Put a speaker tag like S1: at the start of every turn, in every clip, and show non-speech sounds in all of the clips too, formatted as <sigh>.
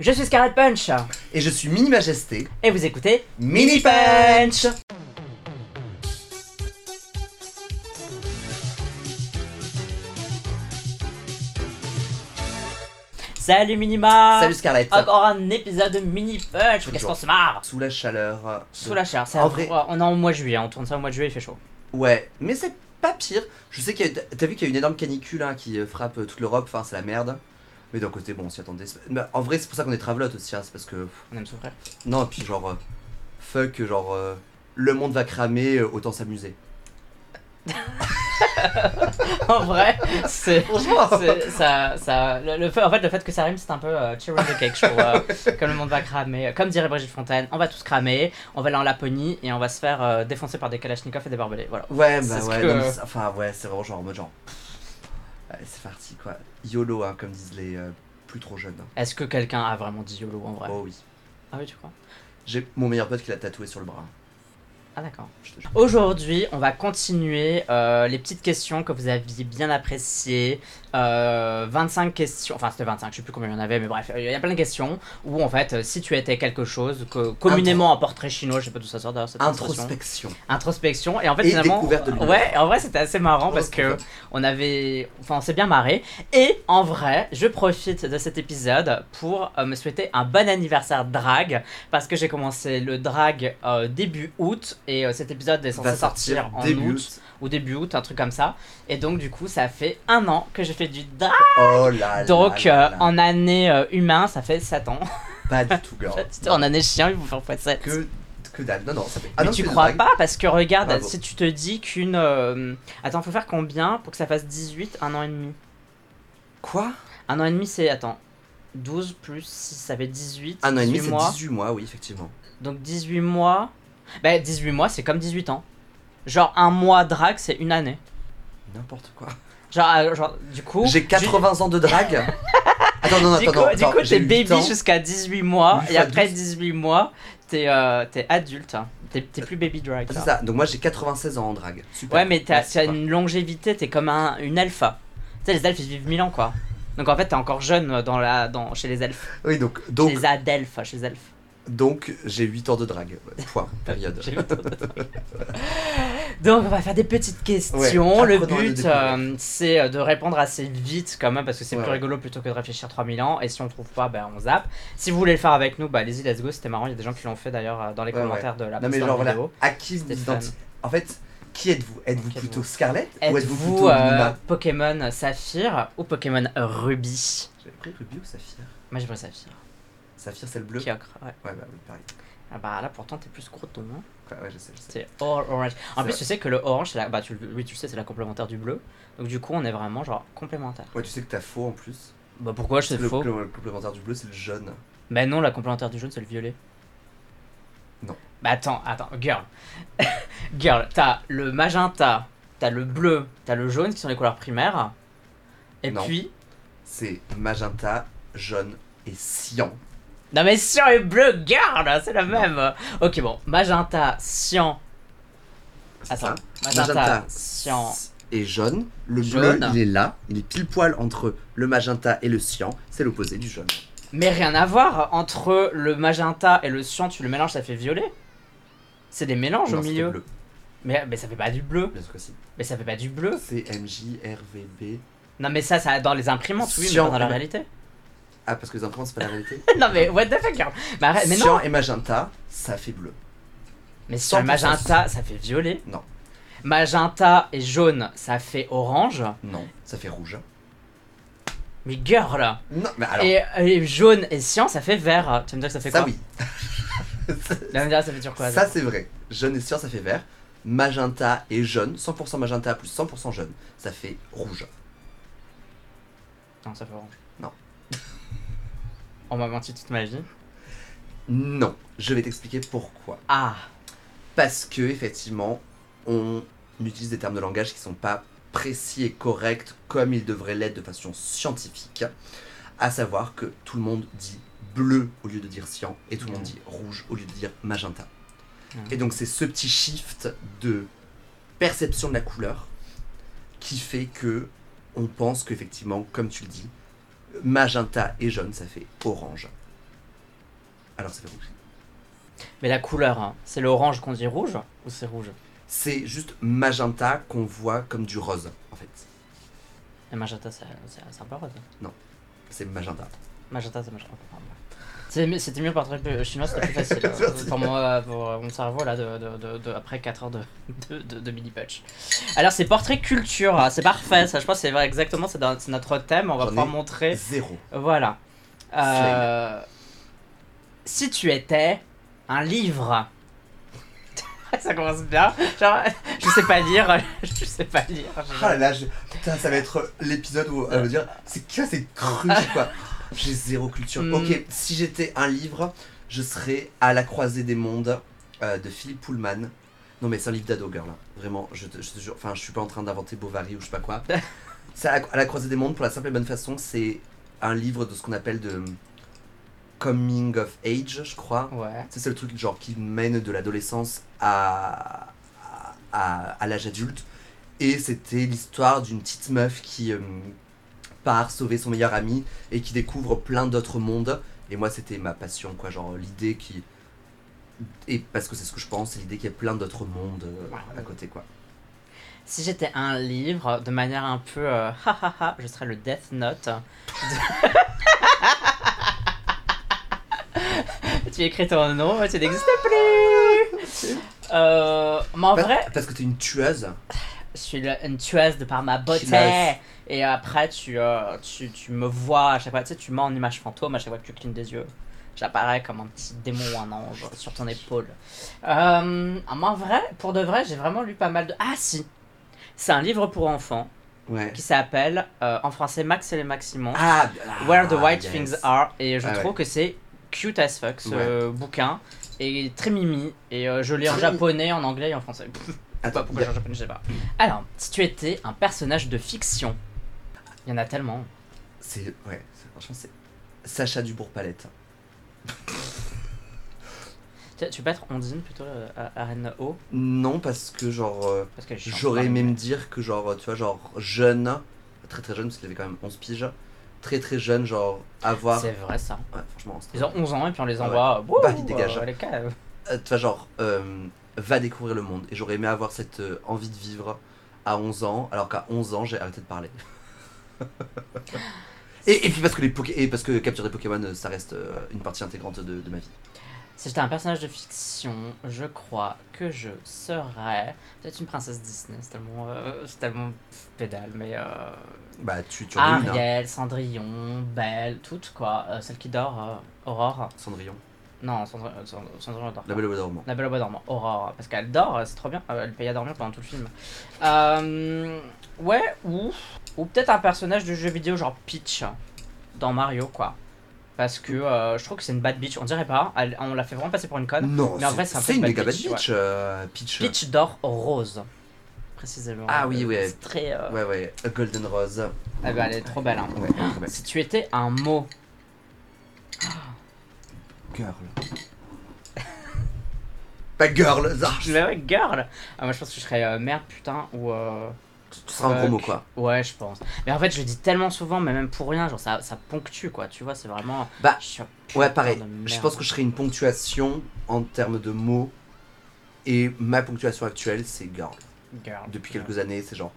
S1: Je suis Scarlet Punch
S2: Et je suis Mini Majesté.
S1: et vous écoutez
S2: Mini Punch
S1: Salut Minima
S2: Salut Scarlett.
S1: Encore un épisode de Mini Punch, qu'est-ce
S2: Toujours.
S1: qu'on se marre
S2: Sous la chaleur. euh,
S1: Sous
S2: de-
S1: la chair, c'est
S2: En
S1: à-
S2: vrai-
S1: on est en mois de juillet, on tourne ça au mois de juillet, il fait chaud.
S2: Ouais, mais c'est pas pire. Je sais qu'il y a. T'as vu qu'il y a une énorme canicule hein, qui euh, frappe euh, toute l'Europe. Enfin, c'est la merde. Mais d'un côté, bon, on s'y attendait. C'est- bah, en vrai, c'est pour ça qu'on est travelote aussi. hein, c'est parce que. pff,
S1: On aime souffrir.
S2: Non, et puis genre. euh, fuck, genre. euh, le monde va cramer, euh, autant s'amuser.
S1: <laughs> en vrai, c'est.
S2: Franchement.
S1: c'est- Ça, ça, le, le fait, en fait, le fait que ça rime, c'est un peu euh, cherry on the cake, je trouve.
S2: <laughs>
S1: euh, comme le monde va cramer, comme dirait Brigitte Fontaine, on va tous cramer, on va aller en Laponie et on va se faire euh, défoncer par des kalachnikovs et des barbelés. Voilà.
S2: Ouais,
S1: C'est
S2: bah
S1: ce
S2: ouais.
S1: que-
S2: non, mais c'est- enfin, ouais, c'est vraiment genre en mode genre. pff, allez, c'est parti quoi. YOLO, hein, comme disent les euh, plus trop jeunes.
S1: Est-ce que quelqu'un a vraiment dit YOLO en vrai
S2: Oh oui.
S1: Ah oui, tu crois
S2: J'ai mon meilleur pote qui l'a tatoué sur le bras. hein.
S1: Ah d'accord.
S2: Je te jure.
S1: Aujourd'hui, on va continuer euh, les petites questions que vous aviez bien appréciées. Euh, 25 questions, enfin c'était 25, je sais plus combien il y en avait, mais bref, il y a plein de questions où en fait, euh, si tu étais quelque chose que communément en portrait chinois, je sais pas d'où ça sort d'ailleurs cette expression.
S2: Introspection.
S1: introspection et en fait
S2: Et
S1: finalement euh,
S2: découverte de l'univers.
S1: ouais en vrai c'était assez marrant
S2: Oh,
S1: parce
S2: trop
S1: que on avait enfin on s'est bien marré et en vrai je profite de cet épisode pour euh, me souhaiter un bon anniversaire drag parce que j'ai commencé le drag euh, début août et euh, cet épisode est censé
S2: Va
S1: sortir,
S2: sortir
S1: en
S2: début
S1: août,
S2: août.
S1: ou début août un truc comme ça et donc du coup ça fait un an que je fais du drag
S2: Oh là là.
S1: donc
S2: là
S1: euh,
S2: là.
S1: en année euh, humain ça fait 7 ans
S2: Pas du
S1: <laughs>
S2: tout, girl.
S1: en année chien ils vont faire fois 7
S2: Oh, que, que dalle. Non, non, ça fait.
S1: Mais
S2: Ah non,
S1: tu
S2: c'est Ah des
S1: crois
S2: blagues.
S1: pas parce que regarde,
S2: Bravo.
S1: si tu te dis qu'une... euh, Attends, faut faire combien pour que ça fasse 18 Un an et demi.
S2: Quoi
S1: Un an et demi, c'est... Attends. 12 plus 6, ça fait 18.
S2: Un an et demi,
S1: 18
S2: c'est
S1: mois.
S2: 18 mois, oui, effectivement.
S1: Donc 18 mois... Bah 18 mois, c'est comme 18 ans. Genre un mois drague, c'est une année.
S2: N'importe quoi.
S1: Genre, euh, genre du coup...
S2: J'ai 80 ans de drague.
S1: <laughs>
S2: Attends, non, non,
S1: Du
S2: attends,
S1: coup,
S2: non,
S1: du
S2: attends,
S1: coup,
S2: j'ai
S1: t'es
S2: eu
S1: baby
S2: huit ans.
S1: jusqu'à 18 mois,
S2: Huit
S1: et
S2: fois
S1: après
S2: 12.
S1: 18 mois, t'es euh, t'es adulte. T'es t'es plus baby drag.
S2: Ah, C'est
S1: là.
S2: ça, donc moi j'ai 96 ans en drague. Super.
S1: Ouais, mais t'as
S2: Merci,
S1: t'as
S2: quoi.
S1: une longévité, t'es comme un, une alpha. Tu sais, les elfes ils vivent 1000 ans quoi. Donc en fait, t'es encore jeune dans la, dans, chez les elfes.
S2: Oui, donc, donc,
S1: Chez les adelphes, chez les elfes.
S2: donc j'ai 8 ans de drague. Ouais,
S1: <laughs>
S2: Point, période.
S1: J'ai eu trop de- Donc on va faire des petites questions.
S2: Ouais,
S1: Le
S2: apprenons à nous
S1: but
S2: découvrir.
S1: euh, c'est euh, de répondre assez vite quand même parce que c'est
S2: Ouais,
S1: plus
S2: ouais.
S1: rigolo plutôt que de réfléchir 3000 ans. Et si on trouve pas, ben on zappe. Si vous voulez le faire avec nous, bah allez-y, let's go. C'était marrant, il y a des gens qui l'ont fait d'ailleurs euh, dans les
S2: Ouais,
S1: commentaires de la
S2: Non, mais
S1: précédente
S2: genre, voilà,
S1: vidéo.
S2: à qui vous
S1: Stéphane.
S2: identifiez En fait, qui êtes-vous Êtes-vous
S1: Êtes-vous-
S2: plutôt Scarlett ou êtes-vous
S1: Êtes-vous
S2: plutôt
S1: euh,
S2: Luna
S1: Pokémon Saphir ou Pokémon Ruby
S2: J'avais pris Ruby ou Saphir
S1: Moi j'ai pris Saphir.
S2: Saphir, c'est le bleu
S1: Kyogre, ouais.
S2: Ouais, bah oui, pareil.
S1: Ah bah là pourtant t'es plus gros de ton nom.
S2: Ouais, ouais, je sais, je sais.
S1: C'est or- orange. En
S2: C'est
S1: plus
S2: vrai.
S1: tu sais que le orange, c'est la... bah, tu... le- oui tu le sais c'est la complémentaire du bleu. Donc du coup on est vraiment genre complémentaire.
S2: Ouais, tu sais que t'as faux en plus.
S1: Bah pourquoi je sais
S2: le,
S1: faux
S2: le- le complémentaire du bleu, c'est le jaune.
S1: Bah non la complémentaire du jaune c'est le violet.
S2: Non.
S1: Bah attends, attends, girl. <laughs> girl, t'as le magenta, t'as le bleu, t'as le jaune qui sont les couleurs primaires. Et
S2: Non.
S1: puis...
S2: C'est magenta, jaune et cyan.
S1: Non mais cyan et bleu, girl, c'est la
S2: Non.
S1: même. Ok bon, magenta, cyan.
S2: C'est
S1: Attends,
S2: ça
S1: magenta,
S2: Magenta,
S1: cyan.
S2: Et jaune, le
S1: Jaune.
S2: bleu, il est là, il est pile poil entre le magenta et le cyan, c'est l'opposé du jaune.
S1: Oh, Mais rien à voir entre le magenta et le cyan, tu le mélanges, ça fait violet. C'est des mélanges
S2: Non,
S1: au
S2: c'était
S1: milieu.
S2: bleu,
S1: Mais, mais ça fait pas du bleu.
S2: bien sûr que si.
S1: Mais ça fait pas du bleu.
S2: C'est MJ, RVB.
S1: Non mais ça, ça dans les imprimantes, oui, mais
S2: Cyan
S1: pas dans la
S2: et-
S1: réalité. <laughs>
S2: Ah, parce que les enfants, c'est pas la réalité
S1: non mais what the fuck, girl. Mais, <laughs> arrête- mais non.
S2: Cyan et magenta, ça fait bleu.
S1: Mais sur le
S2: 100%.
S1: magenta, ça fait violet.
S2: Non.
S1: Magenta et jaune, ça fait orange.
S2: Non, ça fait rouge.
S1: Mais girl.
S2: Non, mais alors,
S1: Et, et jaune et cyan, ça fait vert. Tu vas me dire que ça fait
S2: ça
S1: quoi
S2: oui. <laughs>
S1: Tu vas me dire que ça fait turquoise.
S2: Ça, c'est vrai. Jaune et cyan, ça fait vert. Magenta et jaune, 100% magenta plus 100% jaune, ça fait rouge.
S1: Non, ça fait orange.
S2: Non.
S1: <laughs> On m'a menti toute ma vie.
S2: Non, je vais t'expliquer pourquoi.
S1: Ah.
S2: Parce que effectivement, on utilise des termes de langage qui sont pas précis et corrects comme ils devraient l'être de façon scientifique. À savoir que tout le monde dit bleu au lieu de dire cyan et tout le monde
S1: Mhm.
S2: dit rouge au lieu de dire magenta.
S1: Mhm.
S2: Et donc c'est ce petit shift de perception de la couleur qui fait que on pense qu'effectivement, comme tu le dis, magenta et jaune ça fait orange. Alors ça fait rouge.
S1: Mais la couleur, hein, c'est l'orange qu'on dit rouge ou c'est rouge
S2: C'est juste magenta qu'on voit comme du rose, en fait.
S1: Le magenta, c'est c'est- c'est un peu rose. hein.
S2: C'est magenta.
S1: Magenta, c'est magenta. Enfin, bref. C'est mi- C'était mieux par le truc chinois, c'était
S2: <laughs>
S1: plus facile. hein,
S2: Merci.
S1: pour moi, pour euh, mon cerveau, là, de, de- de- de- après 4 heures de, de, de, de mini-patch. Alors, c'est portrait culture, hein, c'est parfait, ça, je pense, c'est vrai, exactement, c'est dans- c'est notre thème, on va
S2: J'en ai-
S1: pouvoir montrer.
S2: Zéro.
S1: Voilà. Euh, si tu étais un livre. <laughs> ça commence bien. Genre, <laughs> je sais pas lire. <laughs> Je sais pas lire.
S2: Ah là là, je- putain, ça va être l'épisode où elle va dire c'est quoi cette cruche quoi. J'ai zéro culture.
S1: Hmm.
S2: Ok, si j'étais un livre, je serais à la croisée des mondes euh, de Philippe Pullman. Non mais c'est un livre d'ado girl là. Vraiment, je te, je te jure. Enfin, je suis pas en train d'inventer Bovary ou je sais pas quoi. c'est à, la- à la croisée des mondes pour la simple et bonne façon, c'est un livre de ce qu'on appelle de coming of age, je crois.
S1: Ouais.
S2: Ça, c'est le truc genre qui mène de l'adolescence à, à, à- à l'âge adulte. Et c'était l'histoire d'une petite meuf qui euh, part sauver son meilleur ami et qui découvre plein d'autres mondes. Et moi, c'était ma passion, quoi. Genre l'idée qui. Et parce que c'est ce que je pense, c'est l'idée qu'il y a plein d'autres mondes euh,
S1: Ouais.
S2: à côté, quoi.
S1: Si j'étais un livre, de manière un peu. euh, <laughs> ha ha ha, je serais le Death Note. <laughs> tu écris ton nom, tu n'existes plus. Euh, mais en
S2: Pas-
S1: vrai,
S2: Parce que t'es une tueuse.
S1: je suis le- une tueuse de par ma beauté.
S2: Tueuse.
S1: Et après, tu, euh, tu, tu me vois à chaque fois, tu sais, tu mens en image fantôme à chaque fois que tu clignes des yeux. J'apparais comme un petit démon ou un ange sur ton épaule. Euh, en vrai, pour de vrai, j'ai vraiment lu pas mal de. Ah si C'est un livre pour enfants
S2: Ouais.
S1: qui s'appelle euh, en français Max et les Maximons.
S2: Ah,
S1: Where the
S2: ah,
S1: White
S2: yes.
S1: Things Are et je
S2: Ah ouais.
S1: trouve que c'est cute as fuck ce bouquin et très mimi et euh, je lis en
S2: Très
S1: japonais, en anglais et en français. Pas
S2: Attends,
S1: pourquoi j'ai un japonais, je sais pas. Alors, si tu étais un personnage de fiction, il y en a tellement.
S2: C'est. Ouais, c'est- franchement, c'est. Sacha Dubourg-Palette.
S1: Tu, tu peux être Ondine plutôt euh, à, à Rennes O
S2: Non, parce que genre. euh,
S1: parce que
S2: J'aurais aimé me dire que genre, tu vois, genre jeune, très très jeune, parce qu'il avait quand même 11 piges, très très jeune, genre avoir...
S1: C'est vrai ça.
S2: Ouais, franchement, c'est-
S1: Ils ont 11 ans et puis on les
S2: Ah ouais.
S1: envoie. Wouh,
S2: Bah, vite, dégage.
S1: euh, les caves.
S2: Euh, tu vois, genre, euh, va découvrir le monde. Et j'aurais aimé avoir cette euh, envie de vivre à 11 ans, alors qu'à 11 ans, j'ai arrêté de parler. <laughs> et, et puis parce que les Poké- et parce que capturer des Pokémon, euh, ça reste euh, une partie intégrante de, de ma vie.
S1: Si j'étais un personnage de fiction, je crois que je serais peut-être une princesse Disney. C'est tellement, euh, c'est tellement pédale, mais euh,
S2: Bah, tu, tu en
S1: Ah,
S2: as une, hein,
S1: Ariel, Cendrillon, Belle, toutes quoi. Euh, celle qui dort, euh, Aurore.
S2: hein, Cendrillon,
S1: Non, Cendrillon, euh, Cendrillon- Cendrillon dort.
S2: la belle au bois dormant.
S1: La Belle au bois dormant, Aurore, parce qu'elle dort, c'est trop bien, euh, elle paye à dormir pendant tout le film. Euh, ouais, ou, ou peut-être un personnage de jeu vidéo genre Peach, dans Mario, quoi. Parce que euh, je trouve que c'est une bad bitch, on dirait pas, elle- on l'a fait vraiment passer pour une conne.
S2: Non,
S1: Mais en vrai,
S2: c'est
S1: c'est un peu
S2: c'est une
S1: bad
S2: méga bad
S1: bitch, ouais.
S2: bitch, euh, Peach.
S1: Peach dort rose, précisément.
S2: Ah oui,
S1: Euh,
S2: ouais.
S1: C'est très... euh,
S2: Ouais, ouais, A Golden Rose.
S1: eh ben, elle est trop belle, hein.
S2: Ouais, très belle.
S1: Si tu étais un mot,
S2: Girl. Pas girl, ça.
S1: je vais avec girl, Ah, moi je pense que je serais euh, merde, putain, ou... euh,
S2: Tu seras un gros mot
S1: fuck.
S2: quoi.
S1: Ouais, je pense. Mais en fait, je le dis tellement souvent, mais même pour rien, genre ça, ça ponctue quoi, tu vois, c'est vraiment.
S2: Bah,
S1: Je suis un
S2: Ouais,
S1: putain
S2: pareil.
S1: de
S2: Je
S1: merde.
S2: pense que je serai une ponctuation en termes de mots. Et ma ponctuation actuelle, c'est girl.
S1: Girl.
S2: Depuis quelques années, c'est genre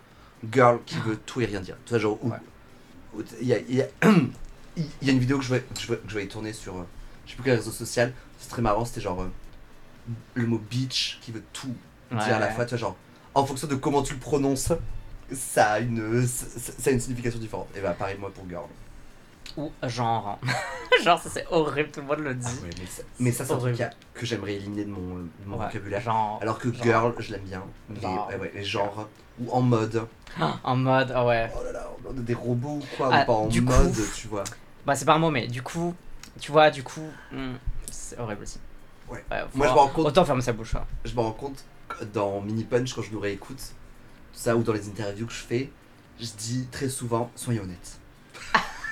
S2: girl qui veut tout et rien dire. Tu vois, genre. ou-
S1: Ouais.
S2: ou- Il y, a, il y a- <clears throat> il y a une vidéo que je voyais, que je voyais- que je voyais tourner sur. euh, Je sais plus quel réseau social. C'est très marrant, c'était genre. euh, le mot bitch qui veut tout
S1: Ouais,
S2: dire à la
S1: ouais.
S2: fois, tu vois, genre, en fonction de comment tu le prononces, ça a une, ça, ça a une signification différente. Et bah, pareil, moi pour girl.
S1: Ou genre. hein. <laughs> genre, ça c'est horrible, tout le monde le dit.
S2: mais ça, mais ça, c'est
S1: Ah
S2: un truc
S1: horrible.
S2: qu'il y a- que j'aimerais éliminer de mon, de Ah, mon
S1: Ouais,
S2: vocabulaire.
S1: Genre.
S2: Alors que
S1: genre.
S2: girl, je l'aime bien. Mais
S1: Genre.
S2: ouais, ouais, les genres, ou en mode.
S1: Ah, <gasps> En mode, ah ouais.
S2: Oh là là, on est des robots ou quoi, on
S1: Ah,
S2: est pas en
S1: du coup-
S2: mode, tu vois.
S1: Bah, c'est pas un mot, mais du coup, tu vois, du coup, hmm, c'est horrible aussi.
S2: Ouais.
S1: faut
S2: Moi, je me
S1: voir-
S2: rends compte-
S1: Autant fermer sa bouche. hein.
S2: Je me rends compte que dans Mini Punch, quand je nous réécoute, tout ça, ou dans les interviews que je fais, je dis très souvent,
S1: <laughs>
S2: soyez honnête.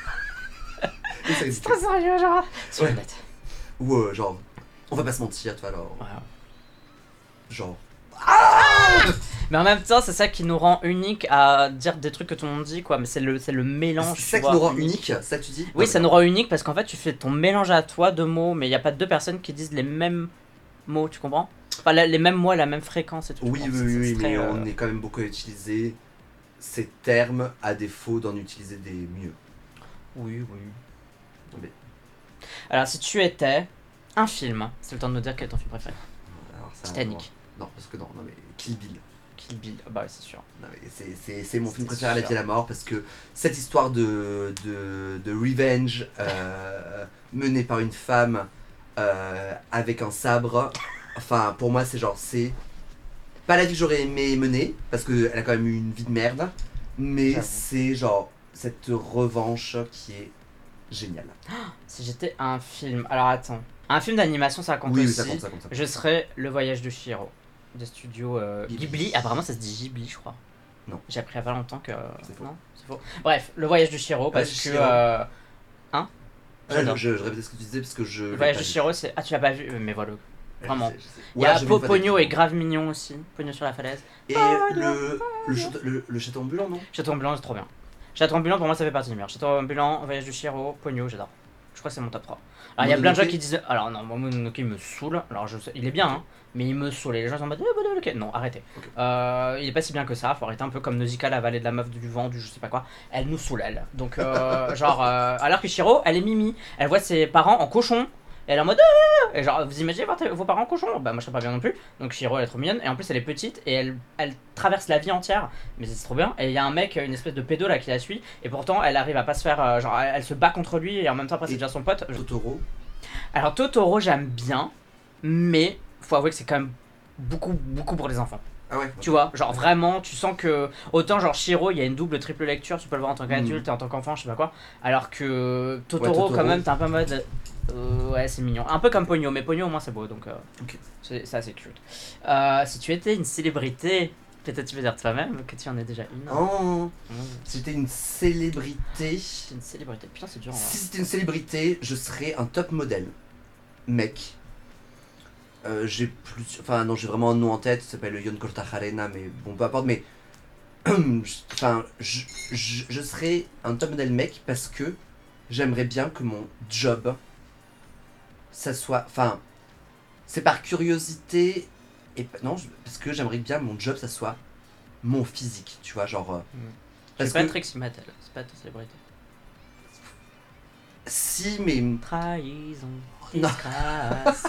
S2: Et ça
S1: C'est
S2: existe.
S1: très sérieux, genre. Sois
S2: Ouais.
S1: honnête.
S2: Ou euh, genre, on va pas se mentir, tu vois, alors.
S1: Ouais.
S2: Genre.
S1: Mais en même temps, c'est ça qui nous rend unique à dire des trucs que tout le monde dit, quoi. Mais c'est le, c'est le mélange. tu
S2: C'est ça qui
S1: vois,
S2: nous rend unique, ça tu dis
S1: Oui,
S2: Non,
S1: ça
S2: mais
S1: nous rend unique parce qu'en fait, tu fais ton mélange à toi de mots, mais il n'y a pas deux personnes qui disent les mêmes mots, tu comprends Enfin, la- les mêmes mots à la même fréquence et tout. tu
S2: Oui, oui,
S1: comprends C'est-
S2: oui,
S1: c'est
S2: oui,
S1: très,
S2: mais
S1: euh,
S2: on est quand même beaucoup à utiliser ces termes à défaut d'en utiliser des mieux.
S1: Oui, oui.
S2: Mais-
S1: Alors, si tu étais un film, c'est le temps de nous dire quel est ton film préféré
S2: Alors, ça,
S1: Titanic,
S2: Non, non, parce que non, non mais Kill Bill.
S1: Kill Bill, ah bah ouais, c'est sûr.
S2: Non, mais c'est- C'est c'est mon film
S1: C'est
S2: préféré à la
S1: sûr.
S2: vie et la mort parce que cette histoire de, de, de revenge euh, menée par une femme euh, avec un sabre, enfin pour moi c'est genre c'est pas la vie que j'aurais aimé mener parce qu'elle a quand même eu une vie de merde, mais
S1: J'avoue.
S2: c'est genre cette revanche qui est géniale.
S1: Si j'étais un film, alors attends, un film d'animation, ça compte
S2: Oui, oui,
S1: aussi.
S2: ça compte, ça compte. ça compte.
S1: Je serais Le Voyage de Shiro, de studio euh,
S2: Ghibli.
S1: Ghibli. Apparemment, ça se dit Ghibli, je crois.
S2: Non.
S1: J'ai appris il y a pas longtemps que.
S2: C'est faux. Ah,
S1: Non, c'est faux. Bref, Le Voyage de Shiro, parce
S2: Voyage de
S1: que.
S2: Chihiro.
S1: euh, Hein
S2: Ah,
S1: J'adore.
S2: je, je répétais ce que tu disais parce que je.
S1: Le
S2: l'ai
S1: Voyage
S2: pas
S1: de
S2: vu.
S1: Shiro, c'est. Ah, tu l'as pas vu Mais voilà. vraiment.
S2: Je sais, je sais.
S1: Il
S2: Ou
S1: y
S2: alors,
S1: a
S2: j'ai vu
S1: Po-
S2: une fois des
S1: Pogno
S2: vidéos.
S1: est grave mignon aussi. Pogno sur la falaise.
S2: Et le, le, château, le, le château ambulant, non
S1: Château ambulant, c'est trop bien. Château ambulant, pour moi, ça fait partie du meilleur. Château ambulant, Voyage du Chiro, Pogno, j'adore. Je crois que c'est mon top 3. Alors, il y a plein de gens
S2: Mononoke
S1: qui disent. Alors, non, moi, Mononoke, il me saoule. Alors, je sais- il est bien, hein, mais il me saoule. Et les gens sont en mode. Eh, Mononoke. Non, arrêtez.
S2: Ok.
S1: Euh, il est pas si bien que ça. Faut arrêter un peu comme Nausicaa, la vallée de la meuf, du vent, du je sais pas quoi. Elle nous saoule, elle. Donc, euh, genre. euh, alors que Chiro, elle est mimi. Elle voit ses parents en cochon. Et elle est en mode. Ah Et genre, vous imaginez voir tes- vos parents en cochon Bah, moi, je serais pas bien non plus. Donc, Chiro, elle est trop mignonne. Et en plus, elle est petite. Et elle, elle traverse la vie entière. Mais c'est trop bien. Et il y a un mec, une espèce de pédo là qui la suit. Et pourtant, elle arrive à pas se faire. euh, genre, elle, elle se bat contre lui. Et en même temps, après, c'est
S2: Et-
S1: déjà son pote. Je-
S2: Totoro
S1: Alors, Totoro, j'aime bien. Mais faut avouer que c'est quand même beaucoup, beaucoup pour les enfants.
S2: Ah ouais
S1: Tu vois, genre vraiment, tu sens que autant genre Shiro, il y a une double triple lecture, tu peux le voir en tant qu'adulte et en tant qu'enfant, je sais pas quoi, alors que Totoro,
S2: Mm. Ouais, Totoro.
S1: quand même, t'es un peu en mode euh, ouais, c'est mignon, un peu comme Pogno, mais Pogno au moins c'est beau donc euh,
S2: Ok.
S1: c'est ça c'est cute. Euh, si tu étais une célébrité, peut-être tu peux dire toi-même que tu en es déjà une.
S2: Oh,
S1: Mmh.
S2: si j'étais une célébrité.
S1: C'est une célébrité, putain c'est dur. hein. en vrai.
S2: Si c'était une célébrité, je serais un top modèle. Mec. Euh, j'ai plus. Enfin, non, j'ai vraiment un nom en tête, ça s'appelle Yon Cortajarena, mais bon, peu importe, mais. <clears throat> je- Enfin, je, je, je serais un top modèle mec parce que j'aimerais bien que mon job. Ça soit. Enfin. C'est par curiosité. Et, pas- non, je- parce que j'aimerais bien que mon job, ça soit mon physique, tu vois, genre. euh,
S1: Mm.
S2: Parce
S1: C'est pas
S2: que
S1: Trixie Mattel, c'est pas ta célébrité.
S2: si, mais.
S1: Trahison,
S2: Non. <laughs>
S1: disgrâce,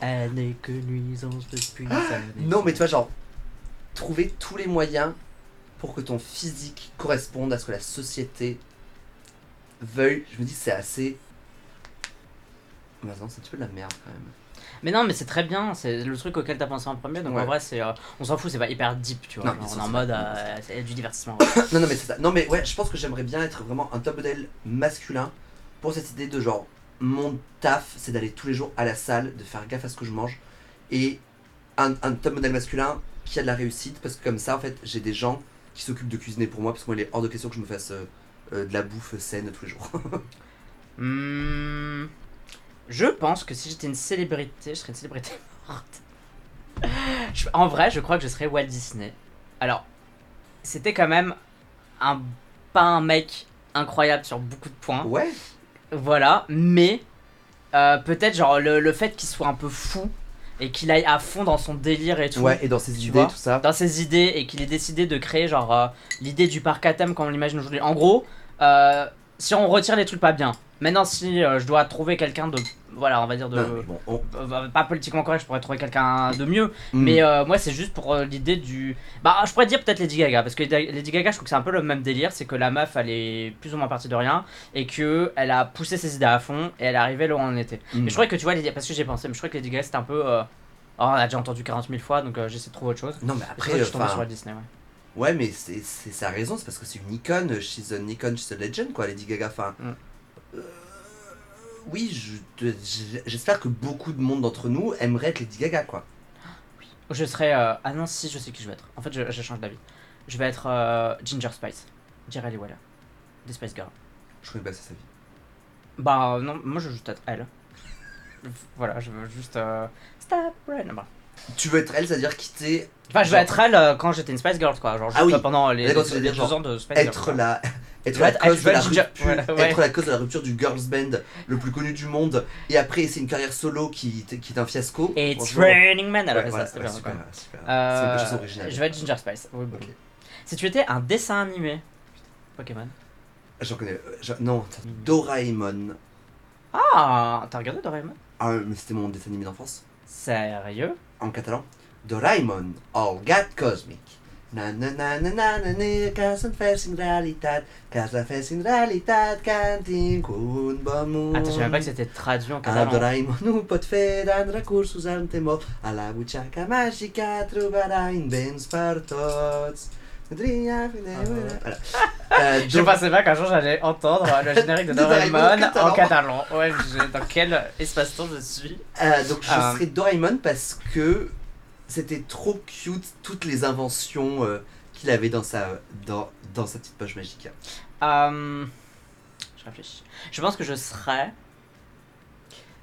S1: elle n'est que nuisance depuis sa
S2: Non, mais tu vois, genre, trouver tous les moyens pour que ton physique corresponde à ce que la société veuille. Je me dis, c'est assez. Mais non, c'est un petit peu de la merde quand même.
S1: Mais non, mais c'est très bien, c'est le truc auquel t'as pensé en premier, donc
S2: Ouais.
S1: en vrai, c'est, euh, on s'en fout, c'est pas hyper deep, tu vois.
S2: Non,
S1: genre,
S2: ils
S1: on est
S2: sont-
S1: en mode, euh, c'est du divertissement. ouais.
S2: non, non, mais c'est ça. Non, mais ouais, je pense que j'aimerais bien être vraiment un top modèle masculin pour cette idée de genre, mon taf, c'est d'aller tous les jours à la salle, de faire gaffe à ce que je mange. Et un, un top modèle masculin qui a de la réussite, parce que comme ça, en fait, j'ai des gens qui s'occupent de cuisiner pour moi, parce que moi, il est hors de question que je me fasse euh, euh, de la bouffe saine tous les jours.
S1: Hmm, je pense que si j'étais une célébrité, je serais une célébrité <laughs> morte. Je- en vrai, je crois que je serais Walt Disney. Alors, c'était quand même un, pas un mec incroyable sur beaucoup de points.
S2: ouais,
S1: Voilà, mais euh, peut-être genre le, le fait qu'il soit un peu fou et qu'il aille à fond dans son délire et tout.
S2: ouais, et dans ses
S1: Tu
S2: idées,
S1: vois
S2: tout ça.
S1: dans ses idées et qu'il ait décidé de créer genre euh, l'idée du parc à thème comme on l'imagine aujourd'hui. En gros, euh, si on retire les trucs pas bien, maintenant si euh, je dois trouver quelqu'un de voilà, on va dire de
S2: Non, mais bon, on-
S1: euh, pas politiquement correct, je pourrais trouver quelqu'un de mieux,
S2: Mm.
S1: mais euh, moi c'est juste pour euh, l'idée du bah je pourrais dire peut-être Lady Gaga parce que Lady Gaga je trouve que c'est un peu le même délire, c'est que la meuf elle est plus ou moins partie de rien et que elle a poussé ses idées à fond et elle est arrivée là où on en était.
S2: Mm.
S1: Mais euh, je crois que tu vois Lady parce que j'ai pensé mais je crois que Lady Gaga c'était un peu euh, oh, on a déjà entendu 40 000 fois donc euh, j'essaie de trouver autre chose.
S2: Non, mais
S1: Après,
S2: après, euh,
S1: je suis tombé
S2: enfin,
S1: sur Walt Disney, ouais.
S2: ouais, mais c'est c'est sa raison, c'est parce que c'est une icône, she's an icon, she's a legend, quoi, Lady Gaga. Enfin,
S1: Mm.
S2: euh, oui, je- te- je- j'espère que beaucoup de monde d'entre nous aimerait être Lady Gaga, quoi.
S1: Je serais. euh, Ah non, si, je sais qui je vais être. En fait, je, je change d'avis. Je vais être euh, Ginger Spice. Jerry Lee Waller. Des Spice Girls.
S2: Je connais pas ça, sa vie.
S1: <laughs> Bah, euh, non, moi je veux juste être elle. voilà, je veux juste. euh, Stop, right. Non, bah.
S2: Tu veux être elle, c'est-à-dire quitter,
S1: Enfin, je veux
S2: Genre-
S1: être elle euh, quand j'étais une Spice Girl, quoi. Genre, juste
S2: Ah oui.
S1: euh, pendant les,
S2: D'accord, tu veux
S1: les
S2: dire,
S1: deux
S2: genre,
S1: ans de Spice Girl.
S2: être
S1: quoi.
S2: la, <laughs>
S1: Tu
S2: être
S1: veux
S2: la
S1: être- tu ah,
S2: cause de
S1: bah, veux
S2: la
S1: être ginger-
S2: rupture,
S1: ouais, ouais.
S2: être la cause de la rupture du girls band le plus connu du monde, et après c'est une carrière solo qui, qui est un fiasco.
S1: It's
S2: Franchement,
S1: Raining Man, alors
S2: ouais,
S1: c'est ah,
S2: voilà,
S1: bah, ça, c'était
S2: ouais,
S1: bien, quoi.
S2: super, super.
S1: Euh,
S2: C'est une chanson originale.
S1: Je vais être Ginger Spice. Oui, bon.
S2: Ok.
S1: Si tu étais un dessin animé. Pokémon.
S2: J'en connais. euh, j'en- Non, t'as
S1: Mignon.
S2: Doraemon.
S1: Ah, t'as regardé Doraemon
S2: Ah, mais c'était mon dessin animé d'enfance.
S1: Sérieux
S2: En catalan. Doraemon, all gat cosmic. Na na na na na na na, cas en fessin realitat, cas la fessin realitat, cantin cun bon món.
S1: Attends, je savais même pas que c'était traduit en
S2: Ah,
S1: catalan.
S2: Doraemon ho pot fer en recurs usant temor. A la butxaca màgica trobarà invents per tots. Tria,
S1: Ah, ouais.
S2: voilà. Euh,
S1: <laughs> Je
S2: Dora-
S1: pensais pas qu'un jour j'allais entendre le générique de
S2: De Doraemon en
S1: Doraemon en
S2: catalan.
S1: catalan. Ouais, je- dans quel espace-temps je suis
S2: Euh, donc je
S1: Euh.
S2: serais Doraemon parce que c'était trop cute toutes les inventions euh, qu'il avait dans sa, dans, dans sa petite poche magique.
S1: Hum, Je réfléchis. Je pense que je serais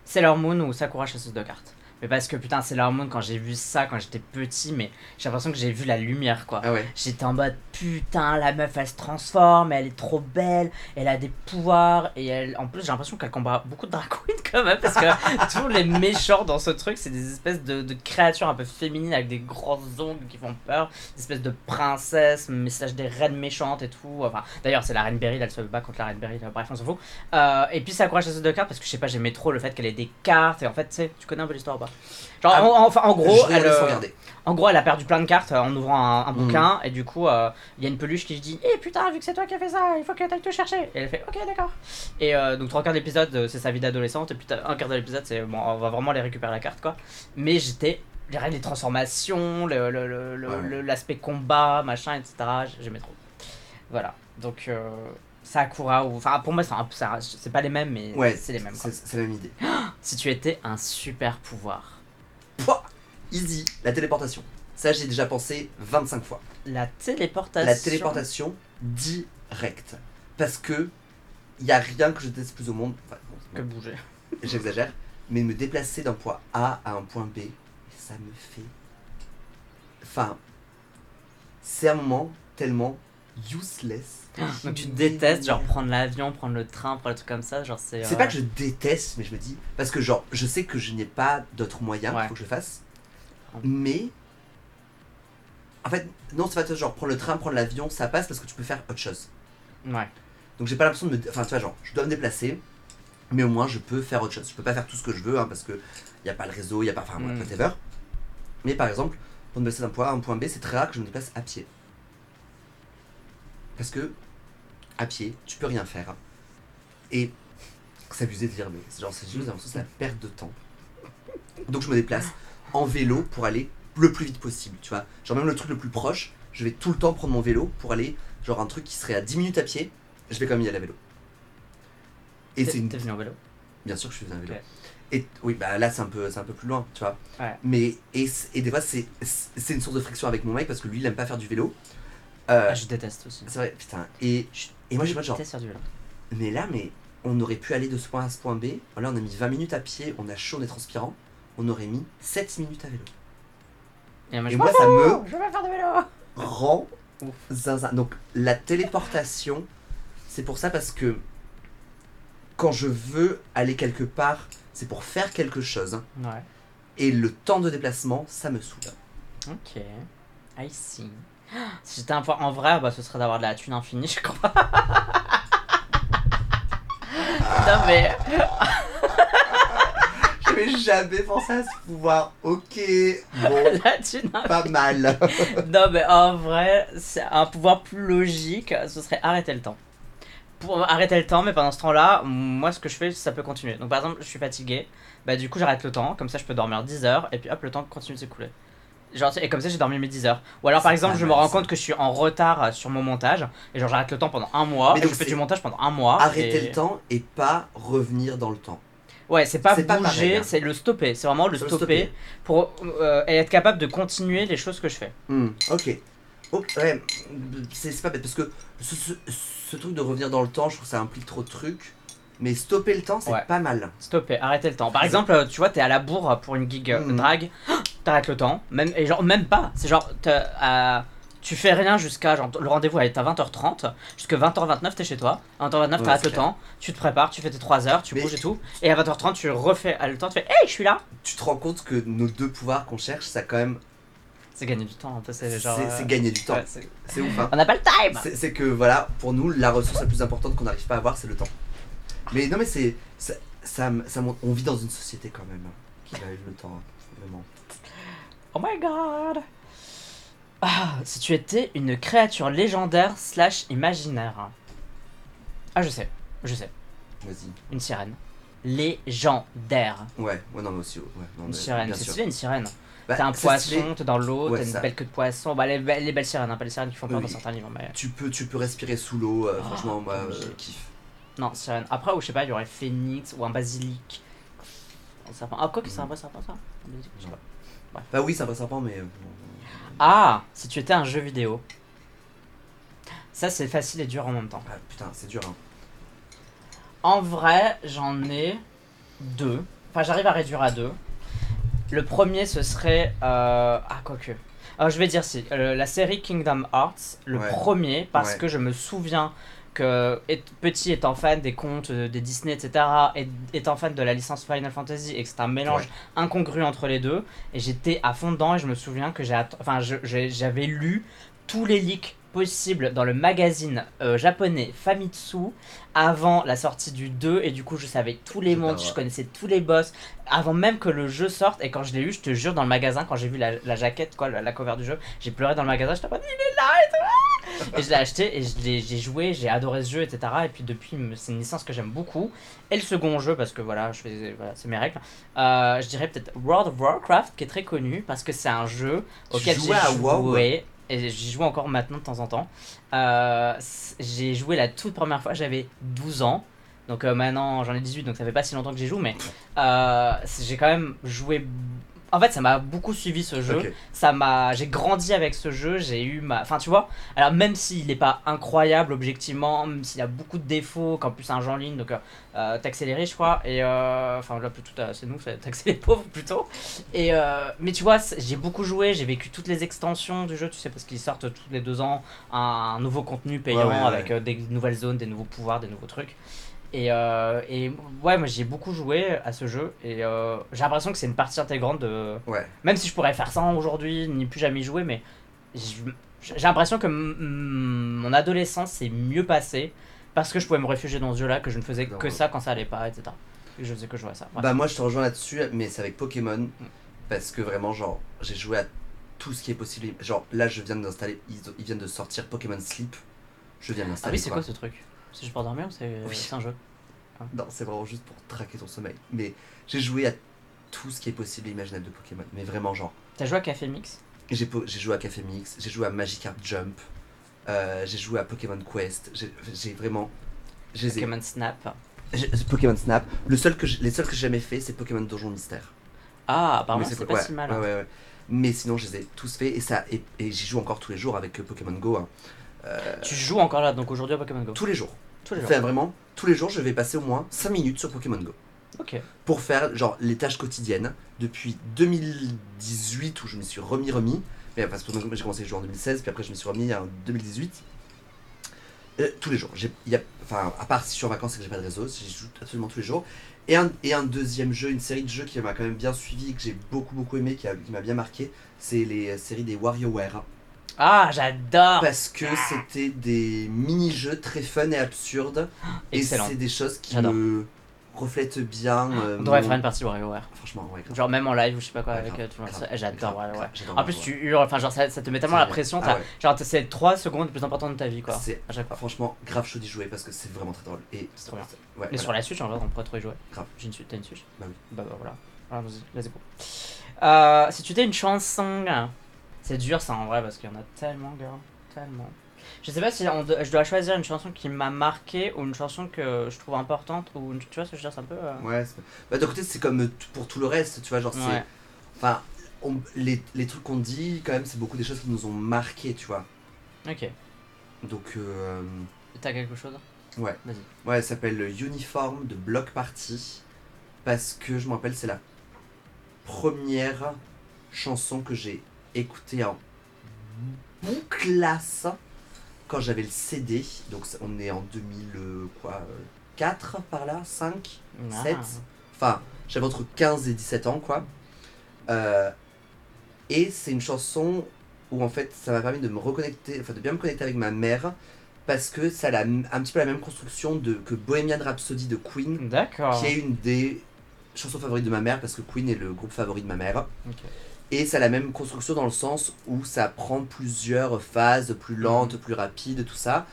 S1: Sailor Moon ou Sakura chasseuse de cartes. Mais parce que putain, Sailor Moon, quand j'ai vu ça, quand j'étais petit, mais j'ai l'impression que j'ai vu la lumière quoi.
S2: Ah ouais.
S1: J'étais en mode putain, la meuf elle se transforme, elle est trop belle, elle a des pouvoirs et elle. En plus, j'ai l'impression qu'elle combat beaucoup de drag queens <laughs> quand même parce
S2: <laughs>
S1: que tous les méchants dans ce truc, c'est des espèces de, de créatures un peu féminines avec des grosses ongles qui font peur, des espèces de princesses, message des reines méchantes et tout. Enfin, d'ailleurs, c'est la reine Beryl, elle se bat contre la reine Beryl, bref, on s'en fout. Euh, et puis, ça courage chasseuse de cartes parce que je sais pas, j'aimais trop le fait qu'elle ait des cartes et en fait, tu sais, tu connais un peu l'histoire ou pas Genre,
S2: Ah,
S1: en, enfin, en gros,
S2: Je
S1: elle.
S2: regardais sans
S1: euh,
S2: regarder.
S1: en gros, elle a perdu plein de cartes euh, en ouvrant un, un
S2: Mhm.
S1: bouquin, et du coup, euh, il y a une peluche qui dit Eh putain, vu que c'est toi qui as fait ça, il faut que t'ailles te chercher. Et elle fait Ok, d'accord. Et euh, donc, trois quarts d'épisode, euh, c'est sa vie d'adolescente, et puis t'as- un quart de l'épisode, c'est bon, on va vraiment aller récupérer la carte, quoi. Mais j'étais. Les règles des transformations, le- le- le- le-
S2: Ouais.
S1: le- l'aspect combat, machin, etc. j- J'aimais trop. Voilà. Donc, euh, Sakura, ou. Enfin, pour moi, c'est un- c'est un- c'est pas les mêmes, mais
S2: Ouais,
S1: c'est les mêmes. quoi.
S2: C'est c'est la même idée.
S1: Si tu étais un super pouvoir,
S2: Pouah Easy, la téléportation. Ça, j'ai déjà pensé 25 fois.
S1: la téléportation.
S2: La téléportation directe. Parce que il n'y a rien que je déteste plus au monde. Enfin, bon,
S1: Que bouger.
S2: j'exagère, mais me déplacer d'un point A à un point B, ça me fait. Enfin, c'est un moment tellement useless.
S1: Ah, Donc tu détestes genre prendre l'avion, prendre le train, prendre le truc comme ça, genre c'est. euh,
S2: C'est pas que je déteste, mais je me dis. Parce que, genre, je sais que je n'ai pas d'autre moyen
S1: Ouais. Ah.
S2: qu'il faut que je fasse. Mais. En fait, non, c'est pas genre prendre le train, prendre l'avion, ça passe parce que tu peux faire autre chose.
S1: Ouais.
S2: Donc j'ai pas l'impression de me... Enfin tu vois genre, je dois me déplacer, mais au moins je peux faire autre chose. Je peux pas faire tout ce que je veux hein, parce que y a pas le réseau, y a pas... Enfin bref,
S1: Mm.
S2: whatever. Mais par exemple, pour me déplacer d'un point A à un point B, c'est très rare que je me déplace à pied. Parce que à pied, tu peux rien faire. Et c'est abusé de dire, mais c'est genre c'est juste j'ai l'impression que c'est la perte de temps. Donc je me déplace en vélo pour aller le plus vite possible, tu vois. Genre même le truc le plus proche, je vais tout le temps prendre mon vélo pour aller genre un truc qui serait à 10 minutes à pied, je vais quand même y aller à vélo. Et
S1: T'es-
S2: c'est une Euh,
S1: T'es venu en vélo.
S2: Bien sûr que je suis un vélo.
S1: Ok.
S2: Et oui, bah là c'est un peu, c'est un peu plus loin, tu vois.
S1: Ouais.
S2: Mais et, c- et des fois c'est, c'est une source de friction avec mon mec parce que lui il aime pas faire du vélo. Euh,
S1: Ah, je déteste aussi.
S2: C'est vrai, putain. Et, et moi j'ai pas de
S1: Je
S2: genre.
S1: déteste faire du vélo.
S2: Mais là, mais on aurait pu aller de ce point A à ce point B. Là, on a mis 20 minutes à pied, on a chaud, on est transpirant. On aurait mis 7 minutes à vélo.
S1: Et moi,
S2: Et
S1: je
S2: moi
S1: m'en
S2: ça me
S1: fous, je vais faire du vélo.
S2: rend
S1: Ouf.
S2: zinzin. Donc la téléportation, c'est pour ça parce que quand je veux aller quelque part, c'est pour faire quelque chose. hein.
S1: Ouais.
S2: Et le temps de déplacement, ça me saoule.
S1: Ok. I see. Si j'étais un pouvoir en vrai, bah ce serait d'avoir de la thune infinie, je crois. <laughs> non mais
S2: J'avais jamais pensé à ce pouvoir. Ok,
S1: <laughs>
S2: bon,
S1: la thune infinie.
S2: pas mal.
S1: Non, mais en vrai, c'est un pouvoir plus logique, ce serait arrêter le temps. Pour arrêter le temps, mais pendant ce temps-là, moi ce que je fais, ça peut continuer. Donc par exemple, je suis fatigué, bah du coup j'arrête le temps, comme ça je peux dormir 10 heures, et puis hop, le temps continue de s'écouler. Genre, et comme ça j'ai dormi mes 10 heures. Ou alors par
S2: C'est
S1: exemple,
S2: pas
S1: je me
S2: mal,
S1: rends
S2: ça.
S1: compte que je suis en retard euh, sur mon montage, et genre j'arrête le temps pendant un mois,
S2: Mais
S1: et
S2: donc,
S1: je fais
S2: c'est
S1: du montage pendant un mois.
S2: Arrêter
S1: et-
S2: le temps et pas revenir dans le temps.
S1: Ouais, c'est pas
S2: C'est pas pareil,
S1: bouger,
S2: hein.
S1: c'est le stopper, c'est vraiment le
S2: C'est
S1: stopper,
S2: le stopper.
S1: pour euh, et être capable de continuer les choses que je fais.
S2: Hmm, ok. Oh, ouais, c'est c'est pas bête parce que ce, ce- ce truc de revenir dans le temps, je trouve que ça implique trop de trucs. Mais stopper le temps, c'est
S1: Ouais.
S2: pas mal.
S1: Stopper, arrêter le temps. Par exemple, euh, tu vois, t'es à la bourre pour une gig euh,
S2: Mhm.
S1: drague, <gasps> t'arrêtes le temps, même, et genre, même pas. C'est genre, t'as- à- tu fais rien jusqu'à. Genre, le rendez-vous est à 20h30, jusqu'à 20h29, t'es chez toi. À 20h29,
S2: Ouais,
S1: t'arrêtes
S2: c'est
S1: le
S2: clair.
S1: temps, tu te prépares, tu fais tes 3 heures, tu
S2: Mais-
S1: bouges et tout. Et à 20h30, tu refais à le temps, tu fais Hey, je suis là
S2: Tu te rends compte que nos deux pouvoirs qu'on cherche, ça quand même,
S1: C'est gagner du temps, un peu, c'est
S2: c'est
S1: genre. euh,
S2: c'est gagner du temps.
S1: ouais, c'est-
S2: C'est
S1: <laughs>
S2: ouf. hein.
S1: On n'a pas le time
S2: C'est- C'est que voilà, pour nous, la ressource la plus importante qu'on n'arrive pas à avoir, c'est le temps. Mais non, mais c'est ça, ça m- ça montre- on vit dans une société quand même hein, qui valide le temps, hein, vraiment.
S1: Oh my god Ah, si tu étais une créature légendaire slash imaginaire. Ah, je sais, je sais.
S2: Vas-y.
S1: Une sirène. Légendaire.
S2: Ouais, ouais, non, mais aussi, ouais, non,
S1: Une
S2: mais
S1: sirène.
S2: bien
S1: C'est
S2: sûr.
S1: stylé une sirène.
S2: Bah,
S1: t'es un
S2: c'est
S1: poisson,
S2: stylé.
S1: t'es dans l'eau,
S2: Ouais,
S1: t'as une
S2: ça.
S1: belle queue de poisson. Bah, les, be- les belles sirènes, hein, pas les sirènes qui font peur
S2: Oui.
S1: dans certains livres, mais.
S2: Tu peux, tu peux respirer sous l'eau. euh,
S1: Ah,
S2: franchement, moi, euh,
S1: obligé.
S2: kiff.
S1: Non, sirène. Après, ou je sais pas, il y aurait phénix ou un basilic. Un serpent. Ah, quoi que c'est un vrai serpent ça Un basilic, je sais pas.
S2: Bah oui, c'est un vrai serpent, mais euh,
S1: Ah Si tu étais un jeu vidéo. Ça, c'est facile et dur en même temps.
S2: ah, putain, c'est dur. hein.
S1: En vrai, j'en ai deux. Enfin, j'arrive à réduire à deux. Le premier, ce serait. Euh... Ah, quoique. Ah, je vais dire si. euh, la série Kingdom Hearts, le
S2: Ouais.
S1: premier, parce
S2: Ouais.
S1: que je me souviens que, et- petit étant fan des contes euh, des Disney, etc., et, étant fan de la licence Final Fantasy, et que c'est un mélange
S2: Ouais.
S1: incongru entre les deux, et j'étais à fond dedans, et je me souviens que j'ai att- enfin, je- j'ai- j'avais lu tous les leaks possibles dans le magazine euh, japonais Famitsu avant la sortie du 2 et du coup je savais tous les
S2: Super,
S1: mondes,
S2: ouais.
S1: je connaissais tous les boss avant même que le jeu sorte et quand je l'ai eu je te jure dans le magasin quand j'ai vu la, la jaquette quoi la, la cover du jeu j'ai pleuré dans le magasin j'étais en mode il est là et tout. et je l'ai acheté et je l'ai- j'ai joué j'ai adoré ce jeu etc et puis depuis me- c'est une licence que j'aime beaucoup et le second jeu parce que voilà je fais voilà, c'est mes règles euh, je dirais peut-être World of Warcraft qui est très connu parce que c'est un jeu
S2: Tu
S1: auquel j'ai
S2: jouais à WoW?
S1: joué et j'y joue encore maintenant de temps en temps euh, c- j'ai joué la toute première fois, j'avais 12 ans. Donc euh, maintenant j'en ai 18, donc ça fait pas si longtemps que j'y joue, mais euh, c'est- j'ai quand même joué. En fait, ça m'a beaucoup suivi ce jeu.
S2: Ok.
S1: Ça m'a, j'ai grandi avec ce jeu. J'ai eu ma, enfin tu vois. Alors même s'il n'est pas incroyable objectivement, même s'il a beaucoup de défauts, qu'en plus c'est un jeu en ligne, donc euh, euh, t'accélérer je crois. Et euh, enfin là plutôt t'as- c'est nous, c'est <laughs> t'accélérer pauvre plutôt. Et euh, mais tu vois, c'est- j'ai beaucoup joué, j'ai vécu toutes les extensions du jeu, tu sais parce qu'ils sortent tous les deux ans un nouveau contenu payant
S2: Ouais, ouais, ouais.
S1: avec euh, des nouvelles zones, des nouveaux pouvoirs, des nouveaux trucs. Et, euh, et ouais, moi j'ai beaucoup joué à ce jeu et euh, j'ai l'impression que c'est une partie intégrante de.
S2: Ouais.
S1: Même si je pourrais faire ça aujourd'hui, ni plus jamais y jouer, mais je- j'ai l'impression que m- m- mon adolescence s'est mieux passée parce que je pouvais me réfugier dans ce jeu-là, que je ne faisais
S2: Dans-
S1: que ça quand ça allait pas, etc. Et que je faisais que jouer à ça. Ouais. Ah
S2: Bah moi je te rejoins là-dessus, mais c'est avec
S1: Mm.
S2: Pokémon, parce que vraiment genre j'ai joué à tout ce qui est possible. Genre là je viens d'installer, ils, ils viennent de sortir Pokémon Sleep, je viens de
S1: ah
S2: l'installer.
S1: oui, c'est quoi ce truc C'est juste pour dormir ou c'est euh,
S2: Oui.
S1: c'est un jeu
S2: Non, c'est vraiment juste pour traquer ton sommeil. Mais j'ai joué à tout ce qui est possible et imaginable de Pokémon, mais vraiment genre.
S1: T'as joué à Café Mix
S2: J'ai po- j'ai joué à Café Mix, j'ai joué à Magikarp Jump, euh, j'ai joué à Pokémon Quest, j'ai- j'ai vraiment... je les ai-
S1: Pokémon Snap
S2: j'ai- Pokémon Snap. Le seul que j'ai- les seuls que j'ai jamais fait, c'est Pokémon Donjon Mystère.
S1: Ah, apparemment
S2: Mais
S1: c'est
S2: c'est
S1: pas
S2: ouais,
S1: si mal.
S2: ouais,
S1: hein.
S2: ouais, ouais. Mais sinon, je les ai tous faits et, ça- et, et j'y joue encore tous les jours avec euh, Pokémon Go. hein. Euh,
S1: Tu joues encore là, donc aujourd'hui à Pokémon Go
S2: tous les jours.
S1: Tous les jours.
S2: Enfin, vraiment, tous les jours, je vais passer au moins 5 minutes sur Pokémon Go.
S1: Ok.
S2: Pour faire genre les tâches quotidiennes depuis 2018 où je me suis remis remis. Mais parce que Pokémon Go, j'ai commencé à jouer en 2016, puis après je me suis remis en 2018. Euh, tous les jours. J'ai- il y a- Enfin, à part si je suis en vacances et que j'ai pas de réseau, j'y joue absolument tous les jours. Et un, et un deuxième jeu, une série de jeux qui m'a quand même bien suivi et que j'ai beaucoup beaucoup aimé, qui a- qui m'a bien marqué, c'est les euh, séries des WarioWare.
S1: Ah, j'adore
S2: Parce que c'était des mini-jeux très fun et absurdes.
S1: Excellent.
S2: Et c'est des choses qui
S1: J'adore.
S2: me reflètent bien. euh,
S1: On devrait
S2: mon-
S1: faire une partie WarioWare.
S2: Franchement, ouais, grave.
S1: Genre même en live ou je sais pas quoi
S2: Ouais,
S1: avec
S2: grave,
S1: euh, tout le monde.
S2: grave,
S1: Ah, J'adore
S2: grave,
S1: WarioWare.
S2: grave, j'adore
S1: En plus,
S2: WarioWare.
S1: tu hurles, enfin, genre, ça, ça te met tellement la pression.
S2: Ah
S1: t'as-
S2: ouais.
S1: Genre, t'as- c'est 3 secondes les plus importantes de ta vie, quoi.
S2: C'est
S1: À chaque fois.
S2: franchement grave chaud d'y jouer parce que c'est vraiment très drôle. Et
S1: C'est trop bien.
S2: ouais,
S1: Mais
S2: voilà.
S1: sur la Switch, en vrai, on pourrait trop y jouer.
S2: Grave.
S1: J'ai une Switch, t'as une Switch
S2: Bah oui.
S1: Bah, bah, voilà. Voilà, vas-y, let's go. Euh, si tu étais une chanson, c'est dur ça en vrai parce qu'il y en a tellement, girl. Tellement. Je sais pas si on de- je dois choisir une chanson qui m'a marqué ou une chanson que je trouve importante ou une- tu vois ce que je veux dire, c'est un peu. euh,
S2: Ouais, c'est- bah, d'un côté, c'est comme euh, tout- pour tout le reste, tu vois, genre,
S1: ouais.
S2: c'est. Enfin, on- les, les trucs qu'on dit, quand même, c'est beaucoup des choses qui nous ont marqué, tu vois.
S1: Ok.
S2: Donc, euh,
S1: T'as quelque chose
S2: Ouais.
S1: Vas-y.
S2: Ouais, elle s'appelle Uniforme de Block Party. Parce que je me rappelle, c'est la première chanson que j'ai écoutée en classe quand j'avais le CD. Donc ça- on est en euh, 2004 par là, 5
S1: Ah.
S2: 7. Enfin, j'avais entre 15 et 17 ans, quoi. Euh, et c'est une chanson où, en fait, ça m'a permis de me reconnecter, enfin, de bien me connecter avec ma mère, parce que ça a la- un petit peu la même construction de, que Bohemian Rhapsody de Queen,
S1: D'accord.
S2: qui est une des chansons favorites de ma mère, parce que Queen est le groupe favori de ma mère.
S1: Ok.
S2: Et ça a la même construction dans le sens où ça prend plusieurs phases, plus
S1: Mhm.
S2: lentes, plus rapides, tout ça.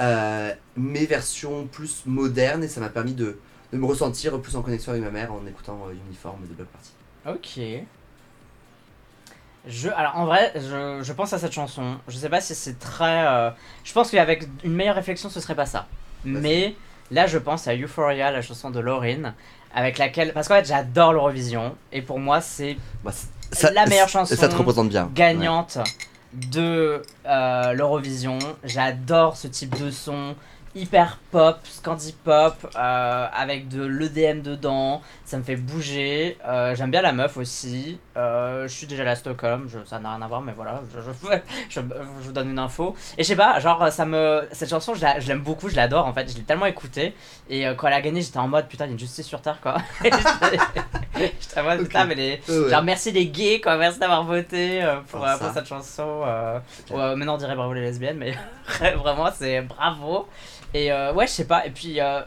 S2: Euh, mais version plus moderne, et ça m'a permis de, de me ressentir plus en connexion avec ma mère en écoutant euh, Uniforme de Block Party.
S1: Ok. Je, alors en vrai, je, je pense à cette chanson. Je sais pas si c'est très. euh, je pense qu'avec une meilleure réflexion, ce serait pas ça.
S2: Vas-y.
S1: Mais là, je pense à Euphoria, la chanson de Lauryn, avec laquelle. Parce qu'en fait, j'adore l'Eurovision. Et pour moi, c'est
S2: Bah, c-
S1: La meilleure chanson
S2: Ça te représente bien.
S1: gagnante de euh, l'Eurovision. J'adore ce type de son. Hyper pop, scandi pop, euh, avec de l'EDM dedans, ça me fait bouger. Euh, J'aime bien la meuf aussi. Euh, je suis déjà allé à Stockholm, je- ça n'a rien à voir, mais voilà, je, <laughs> je- je- je vous donne une info. Et je sais pas, genre, ça me, cette chanson, je la- je l'aime beaucoup, je l'adore en fait, je l'ai tellement écoutée. Et euh, quand elle a gagné, j'étais en mode putain, il y a une justice sur terre quoi. <laughs> j'étais en mode putain, mais les,
S2: Ouais. Ouais.
S1: Genre merci les gays quoi, merci d'avoir voté euh, pour,
S2: Pour
S1: euh,
S2: ça.
S1: pour cette chanson. euh,
S2: clair.
S1: ouais, maintenant on dirait bravo les lesbiennes, mais <laughs> vraiment c'est bravo. Et euh, ouais, je sais pas, et puis euh,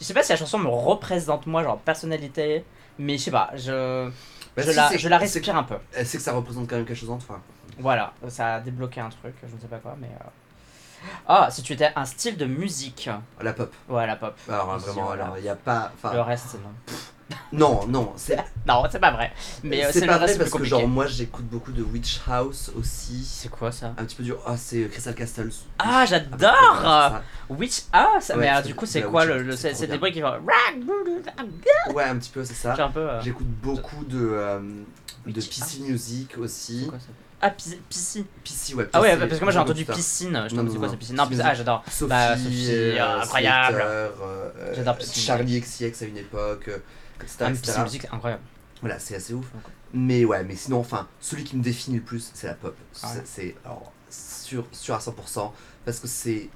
S1: je sais pas si la chanson me représente moi, genre personnalité, mais je sais pas, je,
S2: Bah,
S1: je,
S2: si,
S1: la,
S2: c'est-
S1: je la
S2: c'est-
S1: respire un peu.
S2: euh, C'est que ça représente quand même quelque chose hein. en toi.
S1: Voilà, ça a débloqué un truc, je ne sais pas quoi, mais. euh. Ah, si tu étais un style de musique,
S2: La pop.
S1: ouais, la pop,
S2: Alors,
S1: Ah, Si,
S2: vraiment,
S1: voilà.
S2: alors, il n'y a pas. enfin,
S1: le reste non.
S2: Non, non, c'est
S1: Non, c'est pas vrai, mais euh, c'est
S2: c'est
S1: le
S2: pas
S1: reste
S2: vrai
S1: le
S2: parce
S1: plus
S2: que,
S1: compliqué.
S2: genre, moi j'écoute beaucoup de Witch House aussi.
S1: C'est quoi ça
S2: Un petit peu du. Ah, c'est Crystal Castles.
S1: Ah,
S2: Ah, bah, c'est
S1: j'adore!
S2: ça.
S1: Witch House Ah,
S2: Ouais,
S1: Mais alors,
S2: c'est-
S1: du coup, c'est
S2: bah,
S1: quoi
S2: Witch
S1: le.
S2: House,
S1: le-
S2: c'est
S1: c'est
S2: trop
S1: c'est des
S2: bien. Bah,
S1: bruits qui font.
S2: Ouais, un petit peu, c'est ça.
S1: J'ai un peu. euh,
S2: J'écoute beaucoup de, euh, de
S1: Witch
S2: PC Music aussi.
S1: quoi, ça Ah, piscine. piscine.
S2: PC, ouais,
S1: Ah, ouais,
S2: PC,
S1: parce que moi j'ai
S2: beaucoup
S1: entendu
S2: de ça.
S1: piscine. Je
S2: Non,
S1: me
S2: non,
S1: c'est quoi
S2: non.
S1: cette piscine Non,
S2: Piscine.
S1: piscine, ah, j'adore.
S2: Sophie,
S1: Bah, Sophie, euh, incroyable.
S2: Slater, euh, euh,
S1: J'adore Psy Music.
S2: Charlie XCX à une époque, euh, etc.
S1: Ah, mais
S2: etc.
S1: piscine musique, c'est incroyable.
S2: Voilà, c'est assez ouf.
S1: D'accord.
S2: Mais ouais, mais sinon, enfin, celui qui me définit le plus, c'est la pop.
S1: Ah ouais.
S2: C'est- C'est alors, sûr, sûr à 100%, parce que c'est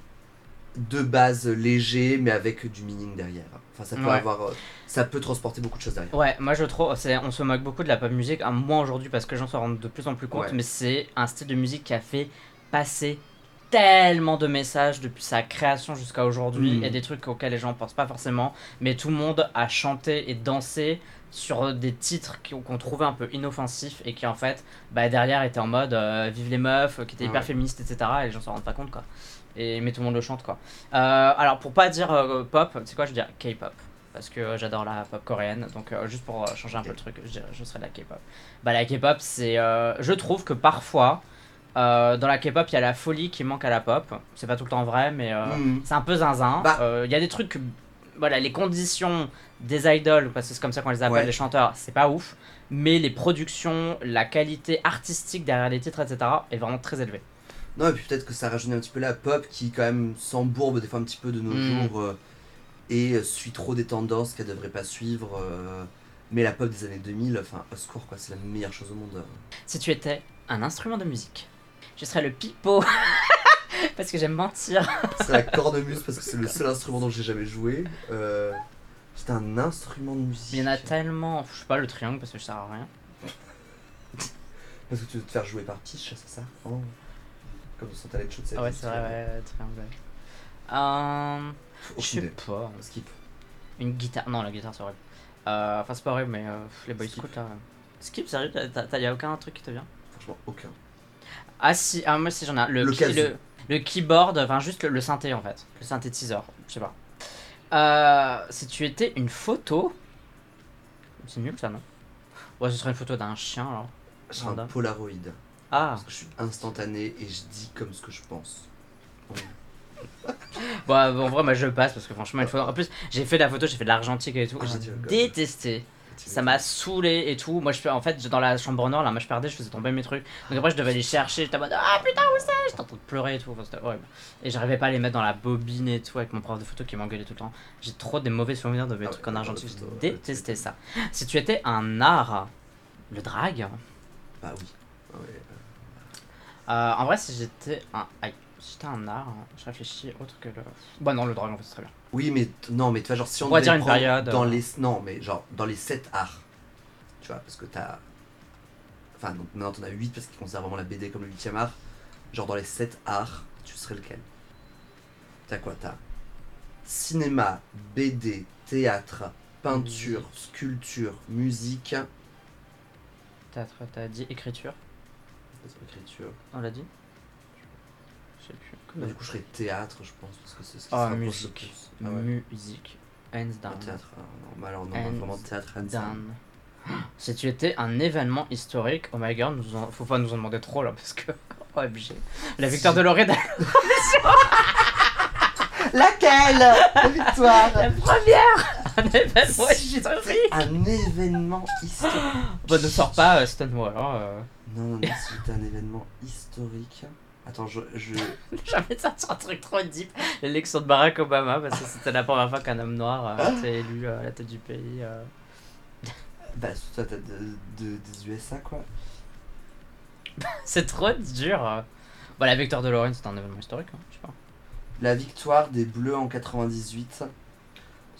S2: de base léger, mais avec du meaning derrière. Enfin, ça peut
S1: Ouais.
S2: avoir, euh, ça peut transporter beaucoup de choses derrière.
S1: Ouais, moi je trouve. c'est- On se moque beaucoup de la pop musique, à moins aujourd'hui parce que les gens s'en rendent de plus en plus compte,
S2: Ouais.
S1: mais c'est un style de musique qui a fait passer tellement de messages depuis sa création jusqu'à aujourd'hui
S2: Mm.
S1: et des trucs auxquels les gens pensent pas forcément, mais tout le monde a chanté et dansé sur des titres qui- qu'on trouvait un peu inoffensifs et qui en fait bah, derrière étaient en mode euh, vive les meufs, qui étaient hyper
S2: Ah Ouais.
S1: féministes, etc. Et les gens s'en rendent pas compte quoi. Et, mais tout le monde le chante quoi. Euh, alors pour pas dire euh, pop, c'est quoi je veux dire K-pop parce que euh, j'adore la pop coréenne, donc euh, juste pour euh, changer un peu le truc, je, dirais- je serais de la K-pop. Bah la K-pop, c'est, euh, je trouve que parfois euh, dans la K-pop il y a la folie qui manque à la pop. C'est pas tout le temps vrai, mais euh,
S2: Mhm.
S1: c'est un peu zinzin. Euh, Il y
S2: Bah.
S1: a des trucs, que- voilà, les conditions des idoles, parce que c'est comme ça qu'on les appelle
S2: Ouais.
S1: les chanteurs, c'est pas ouf. Mais les productions, la qualité artistique derrière les titres, etc., est vraiment très élevée.
S2: Non, et puis peut-être que ça rajeunit un petit peu la pop qui, quand même, s'embourbe des fois un petit peu de nos
S1: Mm.
S2: jours euh, et euh, suit trop des tendances qu'elle devrait pas suivre. euh, mais la pop des années 2000, enfin, au secours, quoi, c'est la meilleure chose au monde. euh.
S1: Si tu étais un instrument de musique, je serais le pipeau. <laughs> parce que j'aime mentir.
S2: C'est la cornemuse parce que c'est le seul instrument dont j'ai jamais joué. Euh, c'est un instrument de musique.
S1: Il y en a tellement. Je sais pas, le triangle parce que je sers à rien.
S2: Parce que tu veux te faire jouer par Piche, c'est ça Oh. Comme son talent show, c'est
S1: Ah ouais, c'est vrai, ouais, le triangle. ouais. Euh, je
S2: Aucune
S1: sais
S2: idée. Ah,
S1: pas.
S2: Skip.
S1: Une guitare. Non, la guitare c'est horrible. Euh, Enfin, c'est pas horrible, mais euh, pff, les boys
S2: Skip.
S1: scouts là. euh. Skip, sérieux, t'as- t'as- t'as- y a aucun truc qui te vient
S2: Franchement, aucun.
S1: Ah si, ah, moi si j'en ai. Le,
S2: Le
S1: ki-
S2: kazoo.
S1: le, le keyboard, enfin juste le, le synthé en fait. Le synthétiseur, je sais pas. Euh, si tu étais une photo. C'est nul ça, non Ouais, ce serait une photo d'un chien alors.
S2: Je suis un
S1: Random.
S2: Polaroid.
S1: Ah
S2: Parce que je suis instantané et je dis comme ce que je pense.
S1: Bah, en vrai, moi je passe parce que franchement, une fois. En plus, j'ai fait de la photo, j'ai fait de l'argentique et tout.
S2: Ah,
S1: j'ai
S2: Dieu, God.
S1: détesté.
S2: tu
S1: ça m'a saoulé et tout. Moi, je, en fait, dans la chambre noire, là, moi, je perdais, je faisais tomber mes trucs. Donc après, je devais aller chercher, j'étais en mode Ah putain, où c'est J'étais en train de pleurer et tout. Enfin, c'était horrible. Et j'arrivais pas à les mettre dans la bobine et tout, avec mon prof de photo qui m'engueulait tout le temps. J'ai trop des mauvais souvenirs de mes
S2: Ah ouais,
S1: trucs en
S2: le
S1: argentique.
S2: prof de photo,
S1: J'ai détesté ça. Si tu étais un art, le drag,
S2: Bah oui. Ah ouais.
S1: euh, en vrai, si j'étais un. Aïe. Si j'étais un art, je réfléchis autre que le. Bah non, le drag, en fait, c'est très bien.
S2: Oui, mais t- non, mais tu vois, genre, si on,
S1: On va
S2: devait
S1: dire une
S2: prendre
S1: période,
S2: dans
S1: euh.
S2: les non, mais genre dans les 7 arts, tu vois, parce que t'as, enfin, donc, maintenant t'en as 8 parce qu'ils considèrent vraiment la BD comme le 8 art. Genre dans les 7 arts, tu serais lequel T'as quoi T'as cinéma, BD, théâtre, peinture, sculpture, musique,
S1: Théâtre, t'as dit écriture,
S2: écriture.
S1: on l'a dit Je sais plus.
S2: Bah, du coup, je serais théâtre, je pense, parce que c'est ce qui
S1: Ah,
S2: se rapproche le
S1: musique.
S2: plus. Ah ouais.
S1: Musique. Hands
S2: Ah,
S1: down.
S2: théâtre. ah, non, bah alors non,
S1: And
S2: vraiment théâtre. hands down.
S1: Dan. <gasps> Si tu étais un événement historique, oh my god, nous en- faut pas nous en demander trop là parce que. <laughs> OMG. La victoire de Lorraine,
S2: Laquelle La victoire
S1: la première <laughs> Un événement
S2: Si j'étais
S1: historique
S2: un événement
S1: <gasps>
S2: historique.
S1: Bon, ne sors pas euh, Stonewall. hein, euh. <laughs>
S2: Non, non, non, c'était un événement historique. Attends, je. je...
S1: J'avais ça sur un truc trop deep. L'élection de Barack Obama, parce que c'était la première fois qu'un homme noir euh, était élu euh, à la tête du pays. euh.
S2: Bah, sous ta tête de, de- des USA, quoi.
S1: C'est trop dur. euh. Bon, la victoire de Lorraine, c'est un événement historique, hein, je sais pas.
S2: La victoire des Bleus en 98. parce que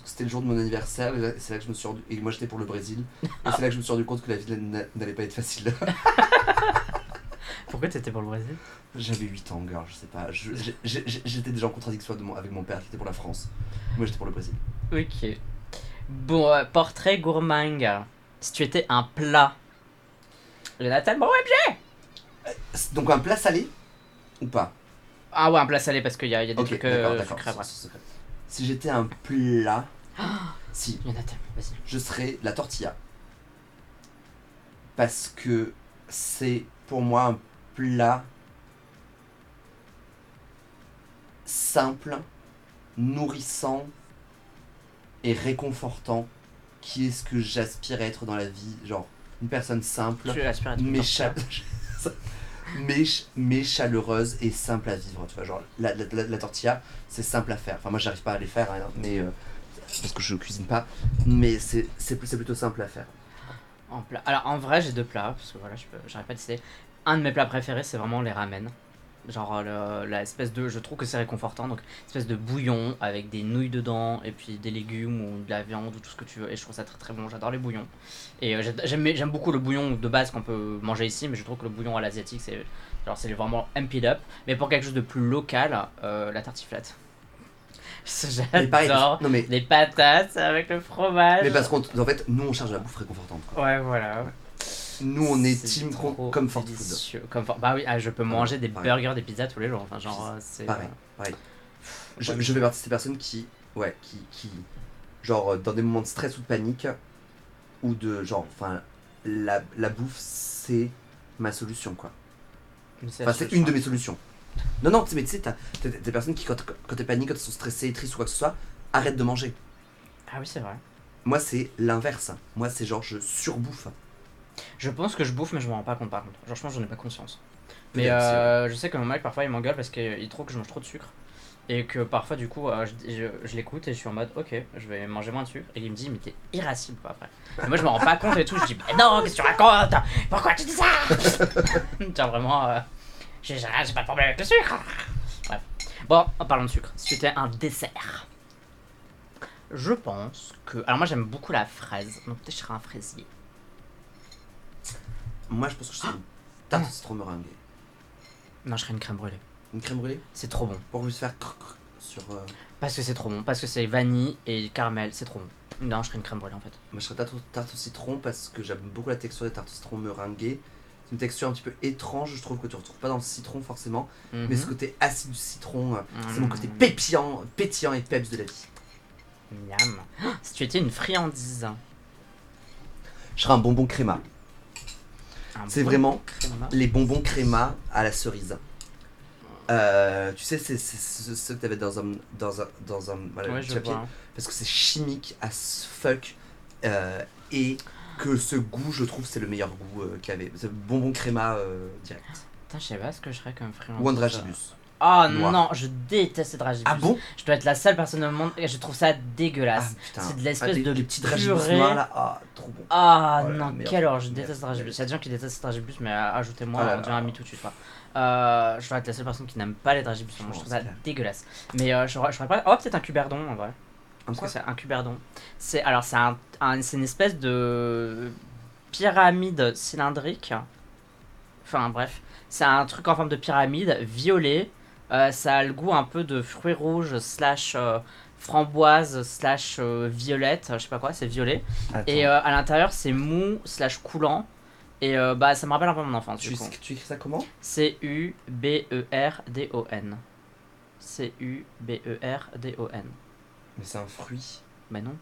S2: C'était le jour de mon anniversaire, et là- c'est là que je me suis rendu. Et moi j'étais pour le Brésil. Et c'est là que je me suis rendu compte que la vie n'a- n'allait pas être facile. <laughs>
S1: Pourquoi t'étais pour le Brésil
S2: J'avais 8 ans, girl, je sais pas. Je- j'ai- j'ai- J'étais déjà en contradiction de mon- avec mon père qui était pour la France. Moi j'étais pour le Brésil.
S1: Ok. Bon, euh, portrait gourmand. Si tu étais un plat. Jonathan, bon, ouais.
S2: Donc un plat salé Ou pas
S1: Ah ouais, un plat salé parce qu'il y a, il y a des
S2: Ok,
S1: trucs
S2: d'accord,
S1: euh,
S2: d'accord.
S1: sucrés après.
S2: c'est- c'est secret. Si j'étais un plat,
S1: <gasps>
S2: si,
S1: Jonathan, vas-y.
S2: je serais la tortilla. Parce que c'est pour moi un plat simple, nourrissant et réconfortant, qui est ce que j'aspire à être dans la vie. Genre, une personne simple,
S1: Tu aspires à tout
S2: mais,
S1: temps.
S2: cha- <laughs> mais, ch- mais chaleureuse et simple à vivre. Tu vois, genre la, la- la- la tortilla, c'est simple à faire. Enfin, moi, j'arrive pas à les faire, hein, mais euh, parce que je cuisine pas. Mais c'est c'est plus- c'est plutôt simple à faire.
S1: En plat. Alors en vrai, j'ai deux plats parce que voilà, je peux- j'arrive pas à décider. Un de mes plats préférés, c'est vraiment les ramen. Genre euh, le- la espèce de, je trouve que c'est réconfortant, donc espèce de bouillon avec des nouilles dedans et puis des légumes ou de la viande ou tout ce que tu veux. Et je trouve ça très très bon. J'adore les bouillons. Et euh, j'ad- j'aime j'aime beaucoup le bouillon de base qu'on peut manger ici, mais je trouve que le bouillon à l'asiatique, c'est genre c'est vraiment emptied up. Mais pour quelque chose de plus local, euh, la tartiflette. <laughs>
S2: Mais pareil,
S1: J'adore.
S2: non, mais,
S1: Les patates avec le fromage.
S2: mais parce qu'en fait, nous, on charge la bouffe réconfortante. quoi.
S1: Ouais, voilà.
S2: Nous, on est,
S1: C'est
S2: team
S1: trop
S2: com- comfort food.
S1: délicieux. Comfort- Bah oui, ah, je peux manger des
S2: pareil.
S1: burgers, des pizzas tous les jours. Enfin, genre,
S2: Pizza,
S1: euh, c'est.
S2: Pareil,
S1: euh,
S2: pareil. Je, je fais partie de ces personnes qui, ouais, qui, qui, genre, euh, dans des moments de stress ou de panique, ou de, genre, enfin, la, la bouffe, c'est ma solution, quoi. Enfin, c'est une de mes solutions. Non, non, tu sais, mais tu sais, t'as t'as- t'as des personnes qui, quand, quand t'es panique, quand elles sont stressées, tristes ou quoi que ce soit, arrêtent de manger.
S1: Ah oui, c'est vrai.
S2: Moi, c'est l'inverse. Moi, c'est genre, je surbouffe.
S1: Je pense que je bouffe, mais je m'en rends pas compte par contre. Genre, je pense que j'en ai pas conscience. Mais
S2: Peut-être,
S1: euh, je sais que mon mec, parfois, il m'engueule parce qu'il trouve que je mange trop de sucre. Et que parfois, du coup, euh, je, je- je l'écoute et je suis en mode, ok, je vais manger moins de sucre. Et il me dit, mais t'es irascible, quoi, après. Et moi, je me rends pas compte et tout. Je dis, bah non, qu'est-ce que tu racontes Pourquoi tu dis ça Tiens, vraiment, euh, j'ai j'ai- j'ai pas de problème avec le sucre. Bref. Bon, en parlant de sucre, si c'était un dessert. Je pense que. Alors, moi, j'aime beaucoup la fraise. Donc, peut-être je serais un fraisier.
S2: Moi, je pense que je suis une tarte c'est trop meringue.
S1: Non, je serais une crème brûlée.
S2: Une crème brûlée
S1: C'est trop bon.
S2: pour juste faire crrr, crrr sur. euh,
S1: Parce que c'est trop bon. Parce que c'est vanille et caramel. C'est trop bon. Non, je serais une crème brûlée en fait.
S2: Moi, je serais tarte, au- tarte au citron parce que j'aime beaucoup la texture des tartes au citron meringuées. C'est une texture un petit peu étrange, je trouve que tu retrouves pas dans le citron forcément, mais ce côté acide du citron, euh, c'est mon côté
S1: Mhm.
S2: pétillant, pétillant et peps de la vie.
S1: Miam. Oh, Si tu étais une friandise. hein.
S2: Je serais un bonbon créma.
S1: un
S2: C'est
S1: bon
S2: vraiment
S1: créma.
S2: les bonbons créma à la cerise. Euh, tu sais, c'est c'est ce ce que t'avais dans un. Dans un, dans un voilà,
S1: Ouais,
S2: le
S1: je
S2: papier.
S1: vois.
S2: Parce que c'est chimique as fuck. euh, et que ce goût, je trouve, c'est le meilleur goût euh, qu'il y avait. C'est bonbon créma euh, direct.
S1: Putain, je sais pas ce que je serais comme friand.
S2: Ou un dragibus.
S1: Oh
S2: Noir.
S1: non, je déteste ces dragibus.
S2: Ah bon
S1: Je dois être la seule personne au monde et je trouve ça
S2: Ah
S1: dégueulasse.
S2: putain.
S1: c'est de l'espèce
S2: Ah, des-
S1: de
S2: des petits dragibus
S1: purée.
S2: noirs là. Ah, trop bon.
S1: Ah
S2: Oh là,
S1: non,
S2: merde,
S1: quelle horreur, je
S2: merde,
S1: déteste Dragibus.
S2: merde.
S1: Il y a des gens qui détestent Dragibus, mais euh, ajoutez-moi,
S2: Oh là
S1: on
S2: là.
S1: dirait un mytho, tu vois. Euh, je dois être la seule personne qui n'aime pas les Dragibus, moi, je trouve ça
S2: Claire.
S1: dégueulasse. Mais euh, j'aurais j'aurais pas. Oh, peut-être un cuberdon en vrai.
S2: Un
S1: Parce
S2: quoi
S1: que c'est un cuberdon. C'est alors c'est un- un- c'est une espèce de pyramide cylindrique. Enfin bref, c'est un truc en forme de pyramide violet. Euh, ça a le goût un peu de fruits rouges slash euh, framboise slash euh, violette. Je sais pas quoi, c'est violet.
S2: Attends.
S1: Et euh, à l'intérieur c'est mou slash coulant. Et euh, bah ça me rappelle un peu mon enfance du
S2: tu,
S1: coup.
S2: tu écris ça comment
S1: C U B E R D O N. C U B E R D O N.
S2: Mais c'est un fruit.
S1: Bah non.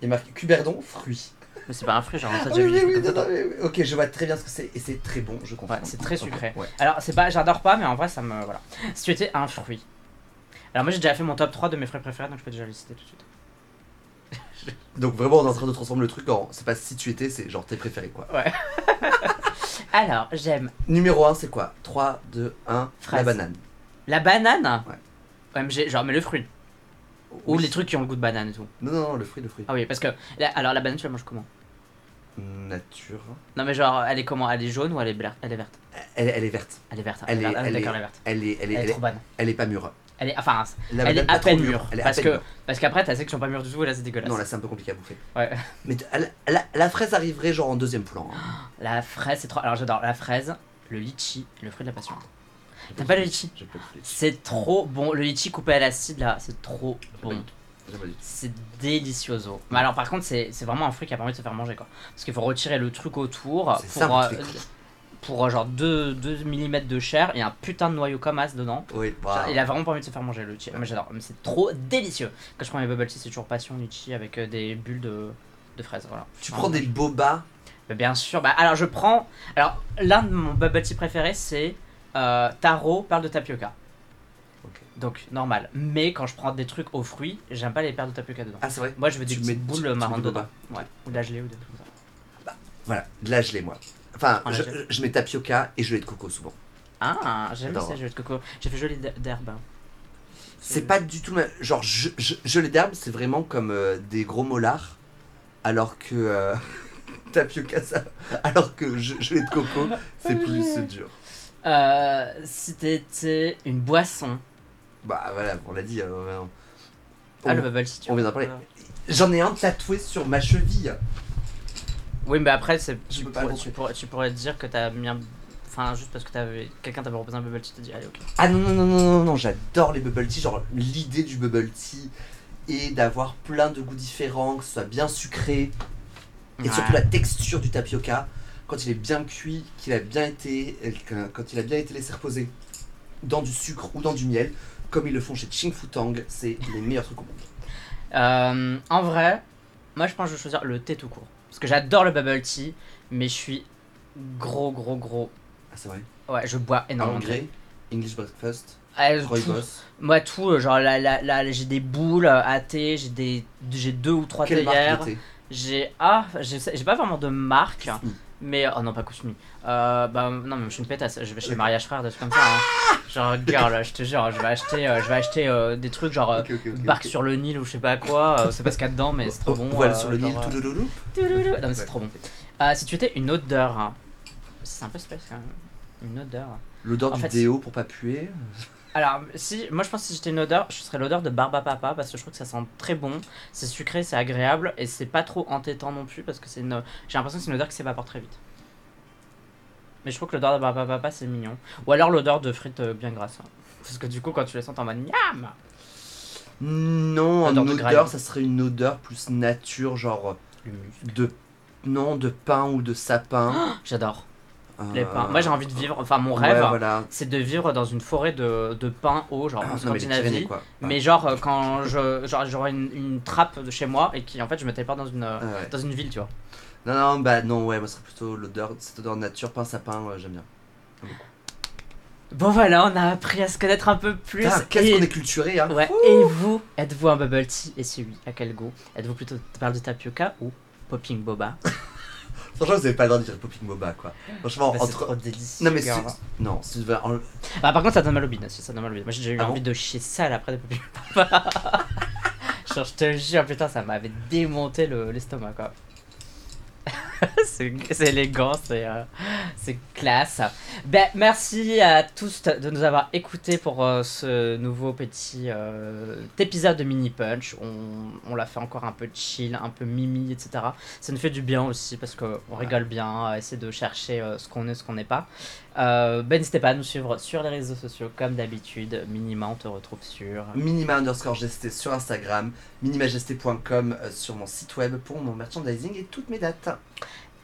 S2: Il y a marqué cuberdon, fruit.
S1: Mais c'est pas un fruit, genre ça
S2: Ah
S1: déjà vu
S2: oui,
S1: des
S2: oui,
S1: trucs
S2: oui,
S1: comme ça.
S2: non, non, oui, oui. Ok, je vois très bien ce que c'est. Et c'est très bon, je comprends.
S1: Ouais, c'est très sucré.
S2: Ouais.
S1: Alors, c'est pas, j'adore pas, mais en vrai, ça me. Voilà. Si tu étais un fruit. Alors, moi, j'ai déjà fait mon top 3 de mes fruits préférés, donc je peux déjà les citer tout de suite.
S2: Donc vraiment, on est en train de transformer le truc en. C'est pas si tu étais, c'est genre tes préférés quoi.
S1: Alors, j'aime
S2: Numéro 1, c'est quoi 3, 2, 1, la
S1: Fraise.
S2: banane.
S1: la banane.
S2: Ouais.
S1: OMG, genre, mais le fruit. Ou
S2: Oui.
S1: les trucs qui ont le goût de banane et tout.
S2: Non, non, non, le fruit, le fruit.
S1: Ah oui, parce que. la- alors, la banane, tu la manges comment Ah.
S2: Nature.
S1: Non, mais genre, elle est comment Elle est jaune ou elle est, bler- elle est verte
S2: Elle, elle est verte.
S1: Elle est verte.
S2: Elle est-
S1: verte. Ah, D'accord,
S2: elle est-
S1: elle est verte.
S2: Elle est, elle est,
S1: Elle
S2: elle
S1: est trop
S2: est,
S1: bonne.
S2: elle est pas mûre.
S1: Elle est. Enfin,
S2: La
S1: Elle est
S2: banane,
S1: à
S2: pas trop
S1: peine mûre,
S2: Elle est
S1: parce
S2: à peine
S1: que-
S2: mûre.
S1: parce qu'après, t'as celles qui sont pas mûres du tout, et là, c'est dégueulasse.
S2: Non, là, c'est un peu compliqué à bouffer.
S1: Ouais.
S2: Mais t- elle- la, la fraise arriverait genre en deuxième plan. hein.
S1: La fraise, c'est trop. Alors, j'adore la fraise, le litchi, le fruit de la passion. T'as pas le litchi
S2: J'ai pas de litchi.
S1: C'est trop bon. Le litchi coupé à l'acide, là, c'est trop
S2: Pas
S1: bon.
S2: du tout. J'ai pas de litchi.
S1: C'est délicioso. Mais alors, par contre, c'est c'est vraiment un fruit qui a pas envie de se faire manger, quoi. Parce qu'il faut retirer le truc autour
S2: C'est
S1: pour,
S2: ça,
S1: euh, pour euh, genre 2, 2 mm de chair et un putain de noyau comme as dedans.
S2: Oui,
S1: Genre,
S2: voilà.
S1: Il a vraiment pas envie de se faire manger le litchi. Mais j'adore. Mais c'est trop délicieux. Quand je prends mes bubble tea, c'est toujours passion litchi avec euh, des bulles de, de fraises. Voilà.
S2: Tu prends des bobas.
S1: Mais bien sûr. Bah, alors, je prends. Alors, l'un de mon bubble tea préféré, c'est euh, Taro Perle de Tapioca.
S2: Ok.
S1: Donc, normal. Mais quand je prends des trucs aux fruits, j'aime pas les perles de tapioca dedans.
S2: Ah, c'est vrai
S1: Moi, je veux des
S2: tu mets-
S1: petites
S2: tu- tu
S1: boules
S2: mets
S1: marron
S2: des
S1: dedans. Ouais. Ou de la gelée ou des trucs comme ça.
S2: Voilà, là je l'ai moi. Enfin,
S1: Ah, là,
S2: je,
S1: j'ai-
S2: je mets tapioca et je l'ai de coco souvent.
S1: Ah, j'aime
S2: J'adore.
S1: ces jeux de coco. J'ai fait joli d- d'herbe. hein.
S2: C'est pas du tout le même. Genre, je, je, gelée d'herbe, c'est vraiment comme euh, des gros molars. Alors que. euh, <laughs> tapioca, ça. Alors que je, gelée de coco, c'est plus c'est dur.
S1: Euh, si t'étais une boisson.
S2: Bah voilà, on l'a dit. euh, on-
S1: Ah,
S2: on-
S1: le bubble si tu
S2: Oh, on
S1: veux.
S2: vient d'en parler. J'en ai un tatoué sur ma cheville.
S1: Oui, mais après, c'est-
S2: Je
S1: tu,
S2: peux pas
S1: pourrais-
S2: avancer.
S1: tu, pourrais, tu pourrais te dire que t'as mis un. Enfin, juste parce que t'avais quelqu'un t'avait proposé un bubble, tu te dis, allez, ok.
S2: Ah non, non, non, non, non, non, j'adore les bubble tea. Genre, l'idée du bubble tea et d'avoir plein de goûts différents, que ce soit bien sucré. Et
S1: Ouais.
S2: surtout la texture du tapioca, quand il est bien cuit, qu'il a bien été, euh, quand il a bien été laissé reposer dans du sucre ou dans du miel, comme ils le font chez Ching Fu Tang, c'est les meilleurs trucs au monde.
S1: Euh, en vrai, moi je pense que je vais choisir le thé tout court. Parce que j'adore le bubble tea, mais je suis gros, gros, gros.
S2: Ah c'est vrai.
S1: Ouais, je bois énormément. de thé.
S2: Anglais, English breakfast,
S1: Ah, tout.
S2: rooibos.
S1: Moi tout, euh, genre là, là, là, j'ai des boules euh, à thé, j'ai des, j'ai deux ou trois
S2: Quelle marque
S1: théières.
S2: de thé Mm.
S1: J'ai ah, j'ai j'ai pas vraiment de marque,
S2: Kusumi.
S1: mais oh non pas Kousmi. Euh, bah non mais je suis une pétasse, je vais chez mariage frère des trucs comme ça. hein.
S2: Ah
S1: Genre girl, je te jure, je vais acheter, euh, je vais acheter euh, des trucs genre euh,
S2: Ok, ok, ok,
S1: barque
S2: ok.
S1: sur le Nil ou je sais pas quoi. euh, c'est pas ce qu'il y a dedans mais c'est trop
S2: Oh,
S1: bon.
S2: Voile
S1: euh,
S2: sur le Nil,
S1: genre, euh,
S2: tout le loulou.
S1: touloulou. Non mais c'est trop bon. Euh, si tu étais une odeur, hein. c'est un peu space quand même. Une odeur.
S2: L'odeur
S1: En
S2: du
S1: fait,
S2: déo pour pas puer.
S1: Alors, si, moi je pense que si j'étais une odeur, je serais l'odeur de Barba Papa parce que je trouve que ça sent très bon, c'est sucré, c'est agréable et c'est pas trop entêtant non plus parce que c'est une. J'ai l'impression que c'est une odeur qui s'évapore très vite. Mais je trouve que l'odeur de Barba Papa c'est mignon. Ou alors l'odeur de frites euh, bien grasses. hein. Parce que du coup, quand tu les sens, t'es en mode miam Mm,
S2: Non, en
S1: Odeur de
S2: odeur,
S1: graines.
S2: ça serait une odeur plus nature, genre
S1: L'humus.
S2: de non de pain ou de sapin.
S1: J'adore <gasps> les
S2: Euh,
S1: pains. Moi j'ai envie de vivre, enfin mon
S2: ouais,
S1: rêve,
S2: voilà.
S1: c'est de vivre dans une forêt de, de pins hauts, genre en
S2: Ah, non, mais les Pyrénées,
S1: Scandinavie.
S2: quoi.
S1: Mais genre euh, quand je genre j'aurai une, une trappe de chez moi et qui en fait je me téléporte dans une euh,
S2: Ah ouais.
S1: dans une ville tu vois.
S2: Non, non, bah non, ouais, moi ce serait plutôt l'odeur, cette odeur de nature, pain sapin, euh, j'aime bien.
S1: Bon voilà, on a appris à se connaître un peu plus.
S2: Putain, qu'est-ce
S1: et...
S2: qu'on est culturé, hein
S1: Ouais, et vous, êtes-vous un bubble tea et si oui, à quel goût Êtes-vous plutôt parle de tapioca ou Popping Boba.
S2: Franchement, vous avez pas le droit de dire Popping Boba, quoi. Franchement,
S1: Bah, c'est
S2: Oh, entre.
S1: trop délicieux.
S2: Non, mais
S1: girl.
S2: Sylv- Non, Sylvain. en-
S1: Bah, par contre, ça donne mal au bide. Ça donne mal au bide. Moi, j'ai eu
S2: Ah bon
S1: envie de chier sale après des Popping <laughs> Boba. Genre, je te jure, putain, ça m'avait démonté le- l'estomac, quoi. <laughs> c'est c'est élégant, c'est euh, c'est classe. Ben, merci à tous de nous avoir écoutés pour euh, ce nouveau petit euh, épisode de Mini Punch. On, on l'a fait encore un peu chill, un peu mimi, etc. Ça nous fait du bien aussi parce qu'on rigole bien, à essayer de chercher euh, ce qu'on est, ce qu'on n'est pas. Euh, ben, n'hésitez pas à nous suivre sur les réseaux sociaux comme d'habitude. Minima, on te retrouve sur.
S2: Minima underscore gesté sur Instagram, minimagesté.com euh, sur mon site web pour mon merchandising et toutes mes dates.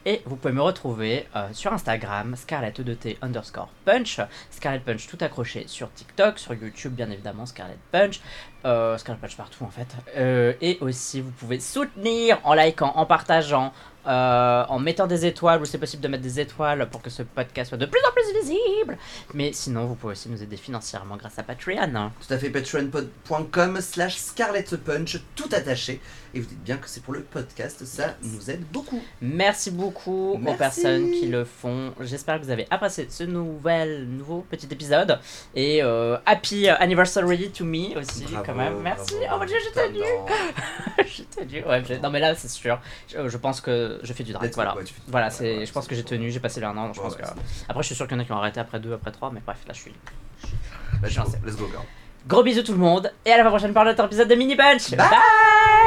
S1: Et vous pouvez me retrouver euh, sur Instagram, scarlett2t underscore punch, Scarlett Punch tout accroché sur TikTok, sur YouTube bien évidemment, Scarlett Punch, euh, Scarlett Punch partout en fait. Euh, et aussi vous pouvez soutenir en likant, en partageant, euh, en mettant des étoiles, où c'est possible de mettre des étoiles pour que ce podcast soit de plus en plus visible. Mais sinon vous pouvez aussi nous aider financièrement grâce à Patreon.
S2: Tout à fait, patreon.com slash scarletpunch, tout attaché. Et vous dites bien que c'est pour le podcast, ça nous aide beaucoup.
S1: Merci beaucoup aux
S2: Merci.
S1: personnes qui le font. J'espère que vous avez apprécié ce nouvel, nouveau petit épisode. Et euh, happy anniversary to me aussi,
S2: Bravo,
S1: quand même. Merci.
S2: bravo,
S1: oh mon dieu, je
S2: putain,
S1: t'ai dû.
S2: non.
S1: je t'ai dû. Ouais, je- Non, mais là, c'est sûr. Je, je pense que je fais du drag.
S2: Let's go,
S1: Voilà.
S2: ouais, tu fais du
S1: Voilà,
S2: drag,
S1: c'est,
S2: ouais,
S1: je pense
S2: c'est
S1: que j'ai
S2: bon.
S1: tenu, j'ai passé le 1 an. Je
S2: Ouais,
S1: pense
S2: ouais,
S1: que...
S2: c'est bon.
S1: Après, je suis sûr qu'il y en a qui ont arrêté après 2, après 3, mais bref, là, je suis.
S2: Let's
S1: Je
S2: go,
S1: sais.
S2: let's go, girl.
S1: Gros bisous tout le monde, et à la prochaine pour notre épisode de Mini Punch.
S2: Bye.
S1: Bye